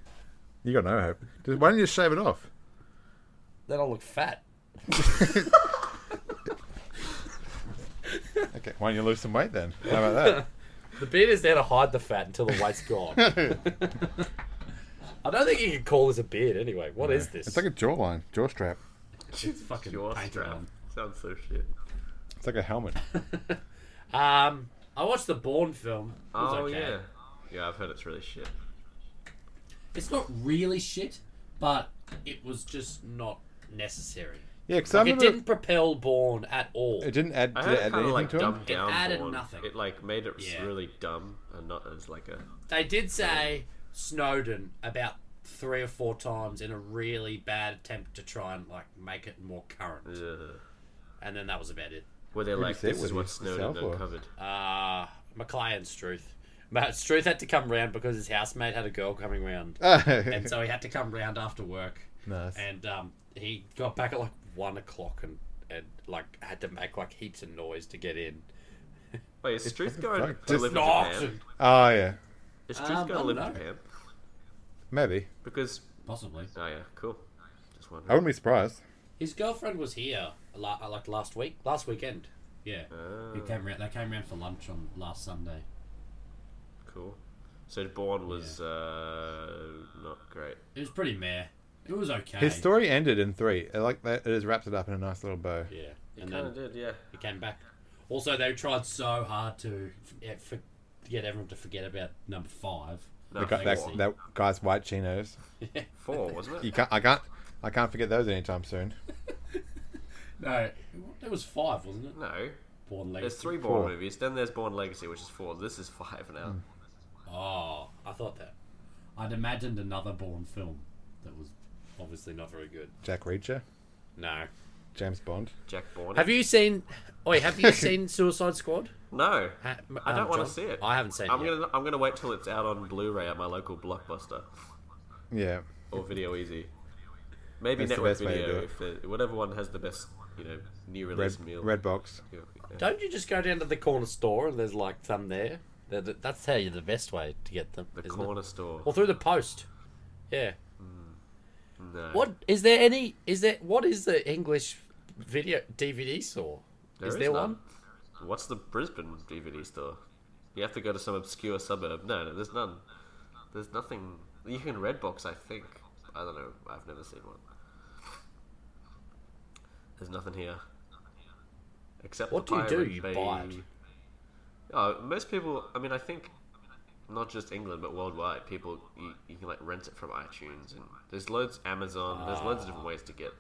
[SPEAKER 2] You got no hope. Just- Why don't you just shave it off?
[SPEAKER 4] Then I look fat.
[SPEAKER 2] Okay. Why don't you lose some weight then? How about that?
[SPEAKER 4] The beard is there to hide the fat until the weight's gone. I don't think you could call this a beard anyway. What is this?
[SPEAKER 2] It's like a jawline, jaw strap.
[SPEAKER 1] It's fucking
[SPEAKER 3] jaw
[SPEAKER 1] painted
[SPEAKER 3] strap.
[SPEAKER 1] on.
[SPEAKER 3] Sounds so shit.
[SPEAKER 2] It's like a helmet.
[SPEAKER 1] Um, I watched the Bourne film. It was
[SPEAKER 3] Oh
[SPEAKER 1] okay.
[SPEAKER 3] yeah, yeah. I've heard it's really shit.
[SPEAKER 1] It's not really shit, but it was just not necessary.
[SPEAKER 2] Yeah, because
[SPEAKER 1] Like, it didn't propel Bourne at all.
[SPEAKER 2] It didn't add,
[SPEAKER 3] I
[SPEAKER 2] did
[SPEAKER 3] heard
[SPEAKER 2] it
[SPEAKER 3] it
[SPEAKER 2] add
[SPEAKER 3] kind of
[SPEAKER 2] anything
[SPEAKER 3] like
[SPEAKER 2] to him?
[SPEAKER 3] dumbed down.
[SPEAKER 1] added
[SPEAKER 3] porn.
[SPEAKER 1] nothing.
[SPEAKER 3] It like made it
[SPEAKER 1] Yeah.
[SPEAKER 3] really dumb and not as like a.
[SPEAKER 1] They did say Snowden about three or four times in a really bad attempt to try and like make it more current,
[SPEAKER 3] Ugh.
[SPEAKER 1] and then that was about it.
[SPEAKER 3] Were they
[SPEAKER 2] you
[SPEAKER 3] like
[SPEAKER 2] say
[SPEAKER 3] this
[SPEAKER 2] with
[SPEAKER 3] is what
[SPEAKER 2] you-
[SPEAKER 3] Snowden
[SPEAKER 2] yourself, or-
[SPEAKER 3] uncovered?
[SPEAKER 1] Uh, Mackay and Struth. Ma- Struth had to come round because his housemate had a girl coming round, and so he had to come round after work.
[SPEAKER 2] Nice.
[SPEAKER 1] And um, he got back at like one o'clock and, and like had to make like heaps of noise to get in.
[SPEAKER 3] Wait, is Struth going
[SPEAKER 2] fuck?
[SPEAKER 3] to live in
[SPEAKER 1] Knocks
[SPEAKER 3] Japan?
[SPEAKER 1] and-
[SPEAKER 2] oh, yeah.
[SPEAKER 3] Is Struth
[SPEAKER 1] Um,
[SPEAKER 3] going to
[SPEAKER 1] I
[SPEAKER 3] live in
[SPEAKER 1] don't know.
[SPEAKER 3] Japan?
[SPEAKER 2] Maybe.
[SPEAKER 3] Because
[SPEAKER 1] Possibly.
[SPEAKER 3] oh yeah, cool. Just
[SPEAKER 2] I
[SPEAKER 3] wondering.
[SPEAKER 2] wouldn't be surprised.
[SPEAKER 1] His girlfriend was here la- like last week, last weekend. Yeah,
[SPEAKER 3] Ah.
[SPEAKER 1] he came round. They came round for lunch on last Sunday.
[SPEAKER 3] Cool. So Bourne was uh, not great.
[SPEAKER 1] It was pretty meh. It was okay.
[SPEAKER 2] His story ended in three. I like that. It just wraps it up in a nice little bow.
[SPEAKER 1] Yeah, and
[SPEAKER 3] Kind of
[SPEAKER 1] then
[SPEAKER 3] did, yeah.
[SPEAKER 1] he came back. Also, they tried so hard to f- yeah, for, get everyone to forget about number five.
[SPEAKER 3] No,
[SPEAKER 2] The guy-
[SPEAKER 3] four.
[SPEAKER 2] that, that guy's white chinos.
[SPEAKER 3] four wasn't
[SPEAKER 2] You
[SPEAKER 3] it?
[SPEAKER 2] can't. I can't. I can't forget those anytime soon.
[SPEAKER 1] No, it was five, wasn't it?
[SPEAKER 3] No,
[SPEAKER 1] Born
[SPEAKER 3] There's
[SPEAKER 1] Legacy.
[SPEAKER 3] three Bourne
[SPEAKER 2] Four.
[SPEAKER 3] movies. Then there's Born Legacy, which is four. This is five now.
[SPEAKER 4] Hmm.
[SPEAKER 1] Oh, I thought that. I'd imagined another Bourne film that was obviously not very good.
[SPEAKER 2] Jack Reacher,
[SPEAKER 1] No.
[SPEAKER 2] James Bond.
[SPEAKER 3] Jack Bourne.
[SPEAKER 4] Have you seen? Oi, have you seen Suicide Squad?
[SPEAKER 3] No,
[SPEAKER 4] Ha- m-
[SPEAKER 3] I don't
[SPEAKER 4] um,
[SPEAKER 3] want to
[SPEAKER 4] John?
[SPEAKER 3] see it.
[SPEAKER 4] I haven't seen
[SPEAKER 3] I'm
[SPEAKER 4] it. yet.
[SPEAKER 3] gonna I'm gonna wait till it's out on Blu-ray at my local blockbuster
[SPEAKER 2] Yeah,
[SPEAKER 3] or Video Easy. Maybe
[SPEAKER 2] That's the
[SPEAKER 3] Network
[SPEAKER 2] best way to
[SPEAKER 3] Video,
[SPEAKER 2] do it.
[SPEAKER 3] if the, whatever one has the best, you know, new
[SPEAKER 2] Red
[SPEAKER 3] release meal.
[SPEAKER 2] Red Box.
[SPEAKER 3] Yeah, yeah.
[SPEAKER 4] Don't you just go down to the corner store and there's like some there? That- that- That's how you the best way to get them.
[SPEAKER 3] The
[SPEAKER 4] isn't it?
[SPEAKER 3] corner store.
[SPEAKER 4] Or through the post. Yeah.
[SPEAKER 3] No.
[SPEAKER 4] What is there any? Is there what is the English video DVD store? is there one?
[SPEAKER 3] none. What's the Brisbane DVD store? You have to go to some obscure suburb. No, no, there's none. There's nothing. You can Redbox, I think. I don't know. I've never seen one. There's nothing here. Except
[SPEAKER 4] What do
[SPEAKER 3] the
[SPEAKER 4] you do?
[SPEAKER 3] Pirate
[SPEAKER 4] You
[SPEAKER 3] Bay-
[SPEAKER 4] buy it.
[SPEAKER 3] Oh, most people. I mean, I think not just England but worldwide, people you, you can like rent it from iTunes and there's loads Amazon. There's loads of different ways to get.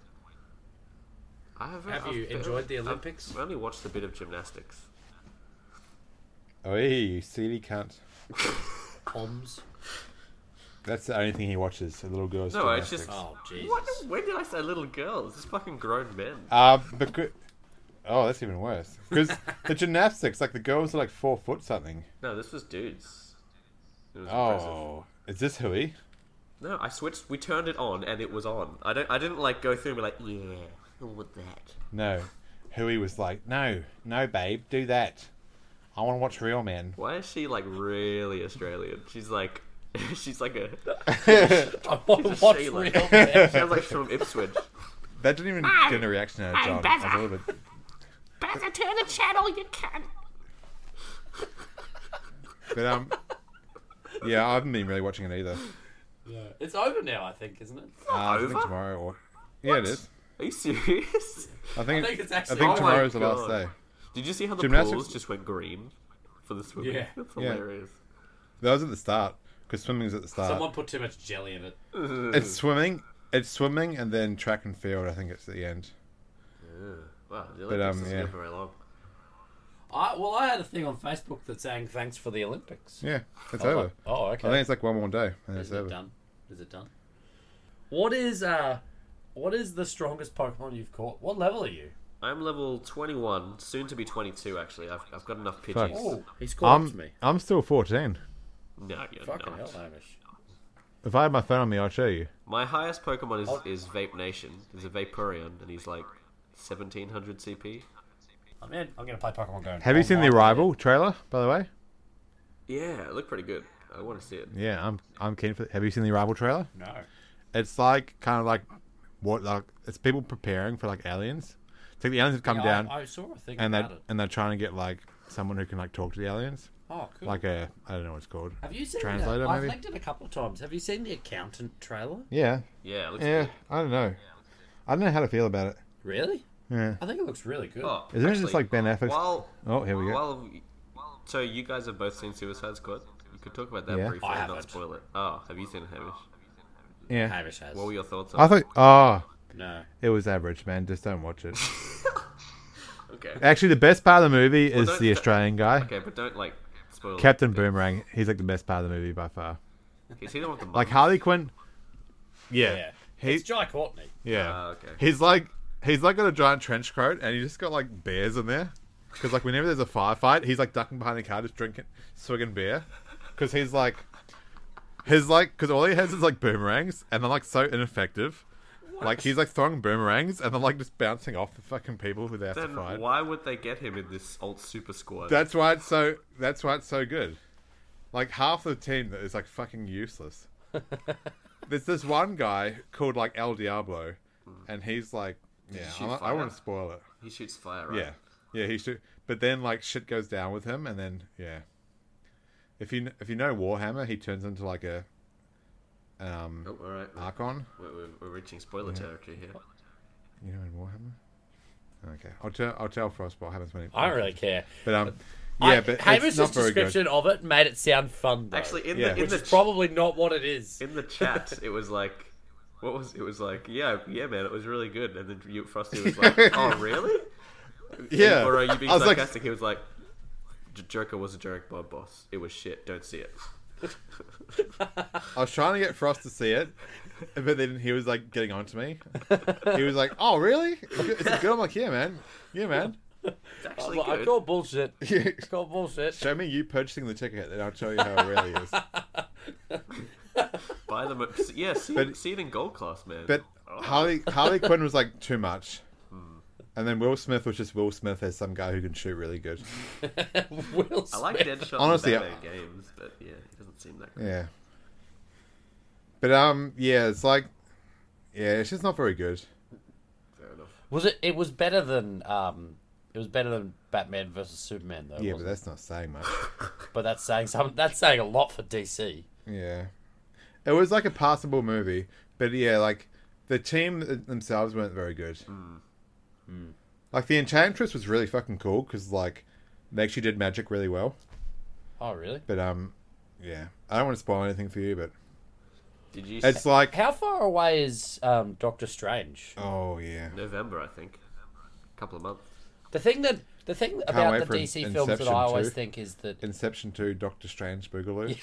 [SPEAKER 3] I haven't,
[SPEAKER 1] Have you enjoyed the Olympics?
[SPEAKER 3] I've only watched a bit of gymnastics.
[SPEAKER 2] Oh, you silly cunt.
[SPEAKER 1] Homs.
[SPEAKER 2] That's the only thing he watches. The little girls.
[SPEAKER 3] No, it's
[SPEAKER 2] gymnastics.
[SPEAKER 4] Oh Jesus!
[SPEAKER 3] What? When did I say little girls? It's fucking grown men.
[SPEAKER 2] Uh, because oh, that's even worse. Because the gymnastics, like the girls are like four foot something.
[SPEAKER 3] No, this was dudes. It was impressive.
[SPEAKER 2] Oh, is this hooey?
[SPEAKER 3] No, I switched. We turned it on, and it was on. I don't. I didn't like go through and be like, yeah, I want that.
[SPEAKER 2] No, hooey was like, no, no, babe, do that. I want to watch Real Men.
[SPEAKER 3] Why is she like really Australian? She's like, she's like a.
[SPEAKER 4] I want to
[SPEAKER 3] She's a
[SPEAKER 4] watch
[SPEAKER 3] sailor.
[SPEAKER 4] real men.
[SPEAKER 3] Sounds like she's from Ipswich.
[SPEAKER 2] That didn't even get a reaction out of John. I was a little bit.
[SPEAKER 5] Better turn the channel, you cunt.
[SPEAKER 2] But um, yeah, I haven't been really watching it either.
[SPEAKER 4] It's over now, I think, isn't it?
[SPEAKER 2] Uh, I
[SPEAKER 3] over?
[SPEAKER 2] think tomorrow or yeah, it is.
[SPEAKER 3] Are you serious?
[SPEAKER 2] I think
[SPEAKER 4] I think it's actually-
[SPEAKER 2] I think
[SPEAKER 4] Oh my
[SPEAKER 2] tomorrow's the last
[SPEAKER 3] God.
[SPEAKER 2] day.
[SPEAKER 3] Did you see how the
[SPEAKER 2] Gymnastics-
[SPEAKER 3] pools just went green for the swimming?
[SPEAKER 1] Yeah.
[SPEAKER 3] That's
[SPEAKER 2] Yeah.
[SPEAKER 3] hilarious.
[SPEAKER 2] That was at the start because swimming's at the start.
[SPEAKER 1] Someone put too much jelly in it.
[SPEAKER 2] It's swimming. It's swimming, and then track and field. I think it's at the end.
[SPEAKER 3] Wow, the
[SPEAKER 2] But,
[SPEAKER 3] Olympics
[SPEAKER 2] um,
[SPEAKER 3] is
[SPEAKER 2] yeah.
[SPEAKER 3] going for very long.
[SPEAKER 1] I, well, I had a thing on Facebook that saying thanks for the Olympics.
[SPEAKER 2] Yeah, it's
[SPEAKER 4] Oh,
[SPEAKER 2] over.
[SPEAKER 4] Oh,
[SPEAKER 2] I
[SPEAKER 4] okay.
[SPEAKER 2] think it's like one more day, and
[SPEAKER 1] Is
[SPEAKER 2] it's
[SPEAKER 1] it
[SPEAKER 2] over.
[SPEAKER 1] done? Is it done? What is uh, what is the strongest Pokemon you've caught? What level are you?
[SPEAKER 3] I'm level 21, soon to be 22. Actually, I've, I've got enough
[SPEAKER 2] Fuck.
[SPEAKER 3] Pidgeys.
[SPEAKER 1] Oh,
[SPEAKER 4] He's called
[SPEAKER 2] I'm I'm still fourteen.
[SPEAKER 3] No, you're
[SPEAKER 4] Fucking
[SPEAKER 3] not.
[SPEAKER 4] hell, Hamish.
[SPEAKER 2] If I had my phone on me, I'd show you.
[SPEAKER 3] My highest Pokemon is, is Vape Nation. He's a Vaporeon, and he's like 1700 CP.
[SPEAKER 1] I'm in. I'm gonna play Pokemon Go.
[SPEAKER 2] Have you seen the
[SPEAKER 1] online.
[SPEAKER 2] Arrival trailer, by the way?
[SPEAKER 3] Yeah, it looked pretty good. I want to see it.
[SPEAKER 2] Yeah, I'm I'm keen for. Have you seen the Arrival trailer?
[SPEAKER 1] No.
[SPEAKER 2] It's like kind of like what like it's people preparing for like aliens. It's like the aliens have come
[SPEAKER 1] Yeah,
[SPEAKER 2] down
[SPEAKER 1] I, I saw a thing
[SPEAKER 2] and they
[SPEAKER 1] about it.
[SPEAKER 2] and they're trying to get like someone who can like talk to the aliens,
[SPEAKER 1] Oh, cool.
[SPEAKER 2] like a I don't know what it's called.
[SPEAKER 1] Have you seen
[SPEAKER 2] Translator,
[SPEAKER 1] the, I've
[SPEAKER 2] maybe?
[SPEAKER 1] linked it a couple of times. Have you seen the accountant trailer?
[SPEAKER 2] Yeah,
[SPEAKER 3] Yeah, it looks
[SPEAKER 2] yeah.
[SPEAKER 3] good.
[SPEAKER 2] I don't know. I don't know how to feel about it.
[SPEAKER 4] Really?
[SPEAKER 2] Yeah.
[SPEAKER 1] I think it looks really good.
[SPEAKER 3] Oh,
[SPEAKER 2] Isn't it just
[SPEAKER 3] actually,
[SPEAKER 2] like Ben Affleck's-
[SPEAKER 3] While,
[SPEAKER 2] Oh, here we go.
[SPEAKER 3] While, so you guys have both seen Suicide Squad. You could talk about that
[SPEAKER 2] Yeah.
[SPEAKER 3] briefly
[SPEAKER 1] I
[SPEAKER 3] and not
[SPEAKER 1] haven't.
[SPEAKER 3] spoil it. Oh, have you seen it, Hamish?
[SPEAKER 2] Yeah,
[SPEAKER 4] Hamish has.
[SPEAKER 3] What were your thoughts on
[SPEAKER 2] I thought. Oh,
[SPEAKER 1] No.
[SPEAKER 2] it was average, man. Just don't watch it.
[SPEAKER 3] it? Okay.
[SPEAKER 2] Actually, the best part of the movie is
[SPEAKER 3] don't-
[SPEAKER 2] the Australian guy,
[SPEAKER 3] Okay, but don't, like, spoil
[SPEAKER 2] Captain
[SPEAKER 3] it.
[SPEAKER 2] Boomerang. He's like the best part of the movie by far.
[SPEAKER 3] Is he the one with the
[SPEAKER 2] Like
[SPEAKER 3] mum?
[SPEAKER 2] Harley Quinn. Yeah.
[SPEAKER 1] Yeah.
[SPEAKER 2] He,
[SPEAKER 1] it's Jai Courtney.
[SPEAKER 2] yeah.
[SPEAKER 3] Ah, okay.
[SPEAKER 2] He's like he's like got a giant trench coat and he's just got like bears in there. Because like whenever there's a firefight, he's like ducking behind the car, just drinking, swigging beer. Because he's like, his like, because all he has is like boomerangs, and they're like so ineffective. Like he's like throwing boomerangs, and they're like just bouncing off the fucking people who they have to
[SPEAKER 3] Then
[SPEAKER 2] fight.
[SPEAKER 3] why would they get him in this old super squad?
[SPEAKER 2] That's why it's so. That's why it's so good. Like half the team that is like fucking useless. There's this one guy called like El Diablo, and he's like, yeah,
[SPEAKER 3] shoot
[SPEAKER 2] I'm not- I,
[SPEAKER 3] fire?
[SPEAKER 2] want to spoil it.
[SPEAKER 3] He shoots fire, right?
[SPEAKER 2] Yeah, yeah, he should. But then like shit goes down with him, and then yeah, if you kn- if you know Warhammer, he turns into like a um
[SPEAKER 3] Oh, all right.
[SPEAKER 2] Archon.
[SPEAKER 3] We're, we're, we're reaching spoiler territory here.
[SPEAKER 2] You know in Warhammer. Okay, I'll tell I'll tell Frost what happens when. It,
[SPEAKER 4] I don't really care.
[SPEAKER 2] But um, yeah,
[SPEAKER 4] I-
[SPEAKER 2] but it's
[SPEAKER 4] Hamish's
[SPEAKER 2] not very good.
[SPEAKER 4] description of it made it sound fun. Though,
[SPEAKER 3] Actually, in
[SPEAKER 2] Yeah.
[SPEAKER 3] the in
[SPEAKER 4] which
[SPEAKER 3] the
[SPEAKER 4] is probably not what it is.
[SPEAKER 3] in the chat, it was like, what was it? Was like, yeah, yeah, man, it was really good. And then you, Frosty was like, oh, really?
[SPEAKER 2] yeah.
[SPEAKER 3] Or are you being
[SPEAKER 2] I was like,
[SPEAKER 3] sarcastic? he was like, "J- Joker was a jerk, Bob Boss. It was shit. Don't see it.
[SPEAKER 2] I was trying to get Frost to see it, but then he was like getting on to me. He was like, "Oh, really? Is it good?" I'm like, "Yeah, man. Yeah, man.
[SPEAKER 3] It's actually
[SPEAKER 4] Well, I
[SPEAKER 3] good.
[SPEAKER 4] call bullshit. I call bullshit.
[SPEAKER 2] Show me you purchasing the ticket, and I'll tell you how it really is."
[SPEAKER 3] Buy them. a- Yeah, see,
[SPEAKER 2] But-
[SPEAKER 3] see it in gold class, man. Oh,
[SPEAKER 2] But Harley Harley Quinn was like too much, and then Will Smith was just Will Smith as some guy who can shoot really good.
[SPEAKER 4] Will
[SPEAKER 3] I like
[SPEAKER 4] Smith.
[SPEAKER 3] Deadshot
[SPEAKER 2] Honestly,
[SPEAKER 3] Honestly,
[SPEAKER 2] I-
[SPEAKER 3] and Batman games, but yeah, he doesn't seem that great.
[SPEAKER 2] Yeah. But um, yeah, it's like, yeah, it's just not very good.
[SPEAKER 3] Fair enough.
[SPEAKER 4] Was it? It was better than um. It was better than Batman versus Superman though.
[SPEAKER 2] Yeah,
[SPEAKER 4] wasn't
[SPEAKER 2] but that's not saying much.
[SPEAKER 4] it? but that's saying something. That's saying a lot for DC.
[SPEAKER 2] Yeah. It was like a passable movie, but yeah, like the team themselves weren't very good. Like the Enchantress was really fucking cool because like they actually did magic really well.
[SPEAKER 4] Oh really?
[SPEAKER 2] But um, yeah, I don't want to spoil anything for you, but
[SPEAKER 3] Did you?
[SPEAKER 2] it's like
[SPEAKER 4] How far away is um, Doctor Strange?
[SPEAKER 2] oh yeah,
[SPEAKER 3] November, I think. couple of months.
[SPEAKER 4] The thing that the thing
[SPEAKER 2] wait
[SPEAKER 4] about
[SPEAKER 2] for
[SPEAKER 4] the DC films that
[SPEAKER 2] Inception
[SPEAKER 4] I always
[SPEAKER 2] 2.
[SPEAKER 4] think is that
[SPEAKER 2] Inception two, Doctor Strange, Boogaloo.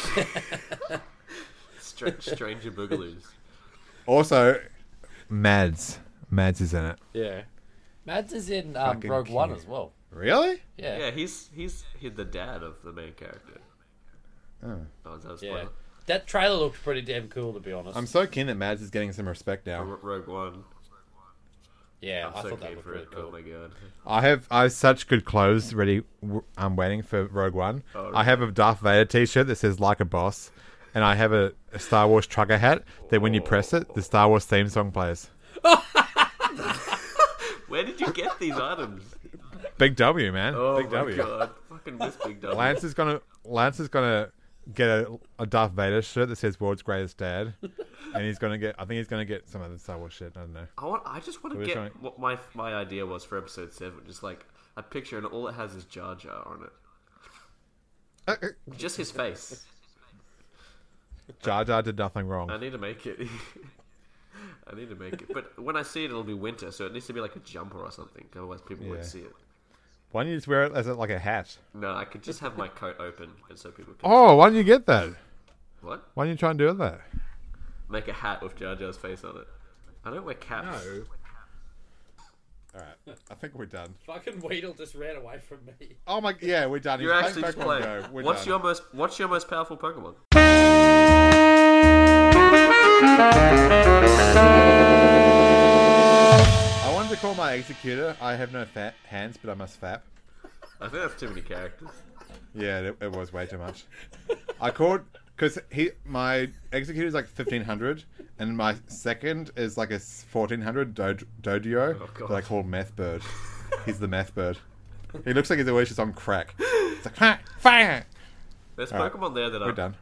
[SPEAKER 3] Stra- Stranger Boogaloos.
[SPEAKER 2] Also, Mads, Mads is in it.
[SPEAKER 4] yeah, Mads is in um,
[SPEAKER 2] Fucking
[SPEAKER 4] Rogue One
[SPEAKER 2] cute.
[SPEAKER 4] as well.
[SPEAKER 2] Really?
[SPEAKER 4] Yeah,
[SPEAKER 3] Yeah, he's he's he's the dad of the main character.
[SPEAKER 2] Oh.
[SPEAKER 3] Oh, is that a
[SPEAKER 4] yeah.
[SPEAKER 3] spoiler?
[SPEAKER 4] That trailer looked pretty damn cool, to be honest.
[SPEAKER 2] I'm so keen that Mads is getting some respect now.
[SPEAKER 3] Ro- Rogue One.
[SPEAKER 4] yeah,
[SPEAKER 3] I'm
[SPEAKER 4] I
[SPEAKER 3] so
[SPEAKER 4] thought that
[SPEAKER 3] keen
[SPEAKER 4] looked
[SPEAKER 3] for
[SPEAKER 4] really
[SPEAKER 3] it. Oh
[SPEAKER 4] cool.
[SPEAKER 3] my god.
[SPEAKER 2] I have I have such good clothes ready. w- I'm waiting for Rogue One.
[SPEAKER 3] Oh,
[SPEAKER 2] I have a Darth Vader T-shirt that says "Like a Boss," and I have a, a Star Wars trucker hat that, when you press it, the Star Wars theme song plays.
[SPEAKER 3] Where did you get these items?
[SPEAKER 2] Big W, man.
[SPEAKER 3] Oh
[SPEAKER 2] Big
[SPEAKER 3] my
[SPEAKER 2] W.
[SPEAKER 3] god. Fucking miss Big W.
[SPEAKER 2] Lance is gonna Lance is gonna get a, a Darth Vader shirt that says "World's Greatest Dad," and he's gonna get. I think he's gonna get some other Star Wars shit. I don't know.
[SPEAKER 3] I want. I just want
[SPEAKER 2] We're
[SPEAKER 3] to get
[SPEAKER 2] trying-
[SPEAKER 3] what my my idea was for episode seven. Just like a picture, and all it has is Jar Jar on it. Just his face.
[SPEAKER 2] Jar Jar did nothing
[SPEAKER 3] I
[SPEAKER 2] wrong.
[SPEAKER 3] need to make it. I need to make it. But when I see it, it'll be winter, so it needs to be like a jumper or something. Otherwise, people
[SPEAKER 2] Yeah.
[SPEAKER 3] won't see it.
[SPEAKER 2] Why don't you just wear it as a, like a hat?
[SPEAKER 3] No, I could just have my coat open, and so people can.
[SPEAKER 2] Oh, why don't you get that?
[SPEAKER 3] What?
[SPEAKER 2] Why don't you try and do that?
[SPEAKER 3] Make a hat with Jar Jar's face on it. I don't wear caps.
[SPEAKER 2] All right, I think we're done.
[SPEAKER 4] Fucking Weedle just ran away from me.
[SPEAKER 2] Oh my, yeah, we're done.
[SPEAKER 3] You're
[SPEAKER 2] He's
[SPEAKER 3] actually just
[SPEAKER 2] Pokemon
[SPEAKER 3] playing.
[SPEAKER 2] Go. We're
[SPEAKER 3] What's
[SPEAKER 2] done.
[SPEAKER 3] your most What's your most powerful Pokemon?
[SPEAKER 2] I wanted to call my executor. I have no fat hands, but I must fap.
[SPEAKER 3] I think that's too many characters.
[SPEAKER 2] Yeah, it, it was way too much. I called because he my executor is like fifteen hundred, and my second is like a fourteen hundred Dod- Dodio
[SPEAKER 3] Oh, God.
[SPEAKER 2] that I call Meth Bird. He's the Meth Bird. He looks like he's always just on crack. It's like fire.
[SPEAKER 3] There's
[SPEAKER 2] All right.
[SPEAKER 3] Pokemon there that
[SPEAKER 2] We're
[SPEAKER 3] I'm
[SPEAKER 2] done.